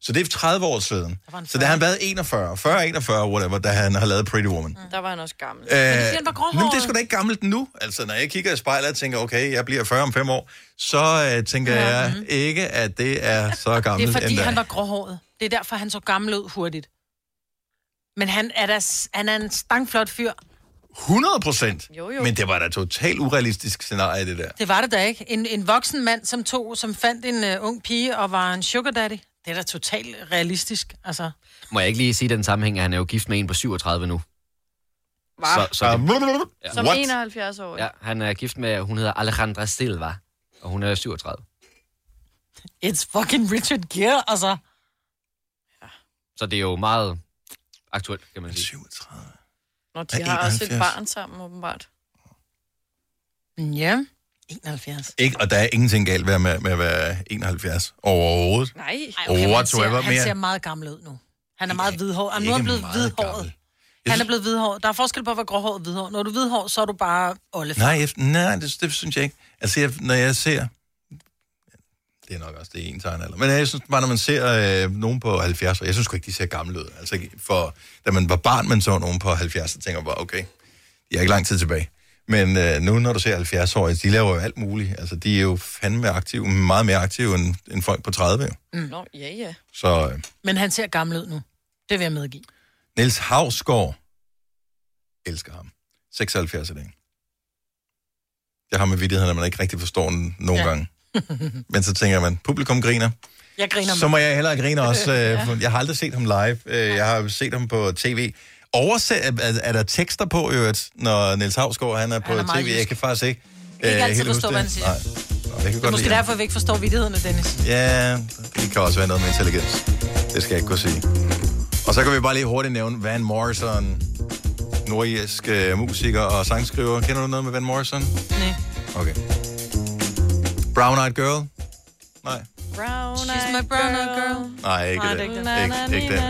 [SPEAKER 1] Så det er 30 år siden. Så da han været 41, 40, 41, whatever, da han har lavet Pretty Woman.
[SPEAKER 3] Der var han også gammel.
[SPEAKER 1] Øh, nu, men det er sgu da ikke gammelt nu. Altså, når jeg kigger i spejlet og tænker, okay, jeg bliver 40 om 5 år, så øh, tænker
[SPEAKER 2] Ja, Mhm.
[SPEAKER 1] ja, jeg ikke, at det er så gammelt.
[SPEAKER 2] Det er fordi,
[SPEAKER 1] endda.
[SPEAKER 2] han var gråhåret. Det er derfor, han så gammel ud hurtigt. Men han er, da, s- han er en stangflot fyr.
[SPEAKER 1] 100 procent.
[SPEAKER 2] Jo, jo.
[SPEAKER 1] Men det var da et totalt urealistisk scenarie, det der.
[SPEAKER 2] Det var det da ikke. En, en voksen mand, som tog, som fandt en uh, ung pige og var en sugar daddy. Det er da totalt realistisk. Altså,
[SPEAKER 5] Må jeg ikke lige sige i den sammenhæng, at han er jo gift med en på 37 nu.
[SPEAKER 3] Hva? Som 71 år.
[SPEAKER 5] Ja, han er gift med, hun hedder Alejandra Silva, og hun er 37.
[SPEAKER 2] it's fucking Richard Gere, altså.
[SPEAKER 5] Så det er jo meget aktuelt, kan man sige.
[SPEAKER 1] 37.
[SPEAKER 3] Nå,
[SPEAKER 5] Han
[SPEAKER 3] de
[SPEAKER 5] er
[SPEAKER 3] har også et
[SPEAKER 5] 71.
[SPEAKER 3] barn sammen, åbenbart.
[SPEAKER 2] Ja, 71.
[SPEAKER 1] Ikke, og der er ingenting galt ved, at- med, med at være 71 overhovedet.
[SPEAKER 2] Nej.
[SPEAKER 1] Okay,
[SPEAKER 2] han, ser,
[SPEAKER 1] Whatsoever.
[SPEAKER 2] han ser
[SPEAKER 1] Mere.
[SPEAKER 2] meget gammel ud nu. Han er meget hvidhåret. Han nu er
[SPEAKER 1] ikke
[SPEAKER 2] han blevet
[SPEAKER 1] meget
[SPEAKER 2] hvidhåret. Han er blevet hvidhåret. Der er forskel på at være gråhåret og hvidhåret. Når du er hvidhåret, så er du bare oldefar.
[SPEAKER 1] Nej, jeg, nej det, det, synes jeg ikke. Altså, jeg, når jeg ser... Det er nok også det ene tegn alder. Men jeg synes bare, når man ser øh, nogen på 70, og jeg synes sgu ikke, de ser gamle ud. Altså, for da man var barn, man så nogen på 70, så tænker man bare, okay, de er ikke lang tid tilbage. Men øh, nu, når du ser 70-årige, de laver jo alt muligt. Altså, de er jo fandme aktive, meget mere aktive end, end folk på 30. jo.
[SPEAKER 2] Mm.
[SPEAKER 3] Nå, ja, ja.
[SPEAKER 1] Så øh,
[SPEAKER 2] Men han ser gammel ud nu. Det vil jeg medgive. <laughs>
[SPEAKER 1] Niels Havsgaard elsker ham. 76 i dag. Det har med vidtigheden, at man ikke rigtig forstår den nogle ja. gange. Men så tænker man, publikum griner.
[SPEAKER 2] Jeg griner
[SPEAKER 1] Så må jeg hellere grine
[SPEAKER 2] <laughs>
[SPEAKER 1] også. Øh, for jeg har aldrig set ham live. Øh, jeg har set ham på tv. Oversæt, er, er der tekster på, i øvrigt, når Niels Havsgaard han er på
[SPEAKER 2] er
[SPEAKER 1] han er
[SPEAKER 2] meget
[SPEAKER 1] tv? Jeg
[SPEAKER 2] jysk.
[SPEAKER 1] kan faktisk ikke,
[SPEAKER 2] kan ikke
[SPEAKER 1] øh,
[SPEAKER 2] altid
[SPEAKER 1] helt huske
[SPEAKER 2] forstå,
[SPEAKER 1] det.
[SPEAKER 2] hvad han siger.
[SPEAKER 1] Nej. Nå, det kan
[SPEAKER 2] Det er
[SPEAKER 1] godt
[SPEAKER 2] måske
[SPEAKER 1] lide.
[SPEAKER 2] derfor, vi ikke forstår vidtighederne, Dennis.
[SPEAKER 1] Ja, det kan også være noget med intelligens. Det skal jeg ikke kunne sige. Og så kan vi bare lige hurtigt nævne Van Morrison, nordisk øh, musiker og sangskriver. Kender du noget med Van Morrison?
[SPEAKER 2] Nej.
[SPEAKER 1] Okay. Brown Eyed Girl?
[SPEAKER 3] Brown
[SPEAKER 2] She's my brown eyed girl.
[SPEAKER 1] Nej, ikke
[SPEAKER 3] Nej,
[SPEAKER 1] den.
[SPEAKER 3] det
[SPEAKER 1] Ikke- ikke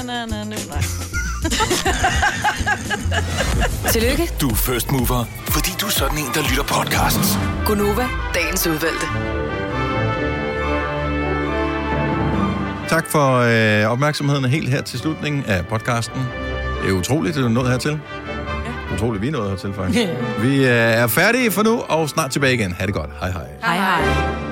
[SPEAKER 1] den.
[SPEAKER 24] Tillykke,
[SPEAKER 4] Du er first mover, fordi du er sådan en, der lytter podcasts.
[SPEAKER 24] Gunova, dagens udvalgte.
[SPEAKER 1] Tak for øh, opmærksomheden helt her til slutningen af podcasten. Det er utroligt, at du er nået hertil. Ja. Utroligt, vi er nået hertil, faktisk. Vi øh, er færdige for nu, og snart tilbage igen. Ha' det godt. Hej hej.
[SPEAKER 24] Hej hej.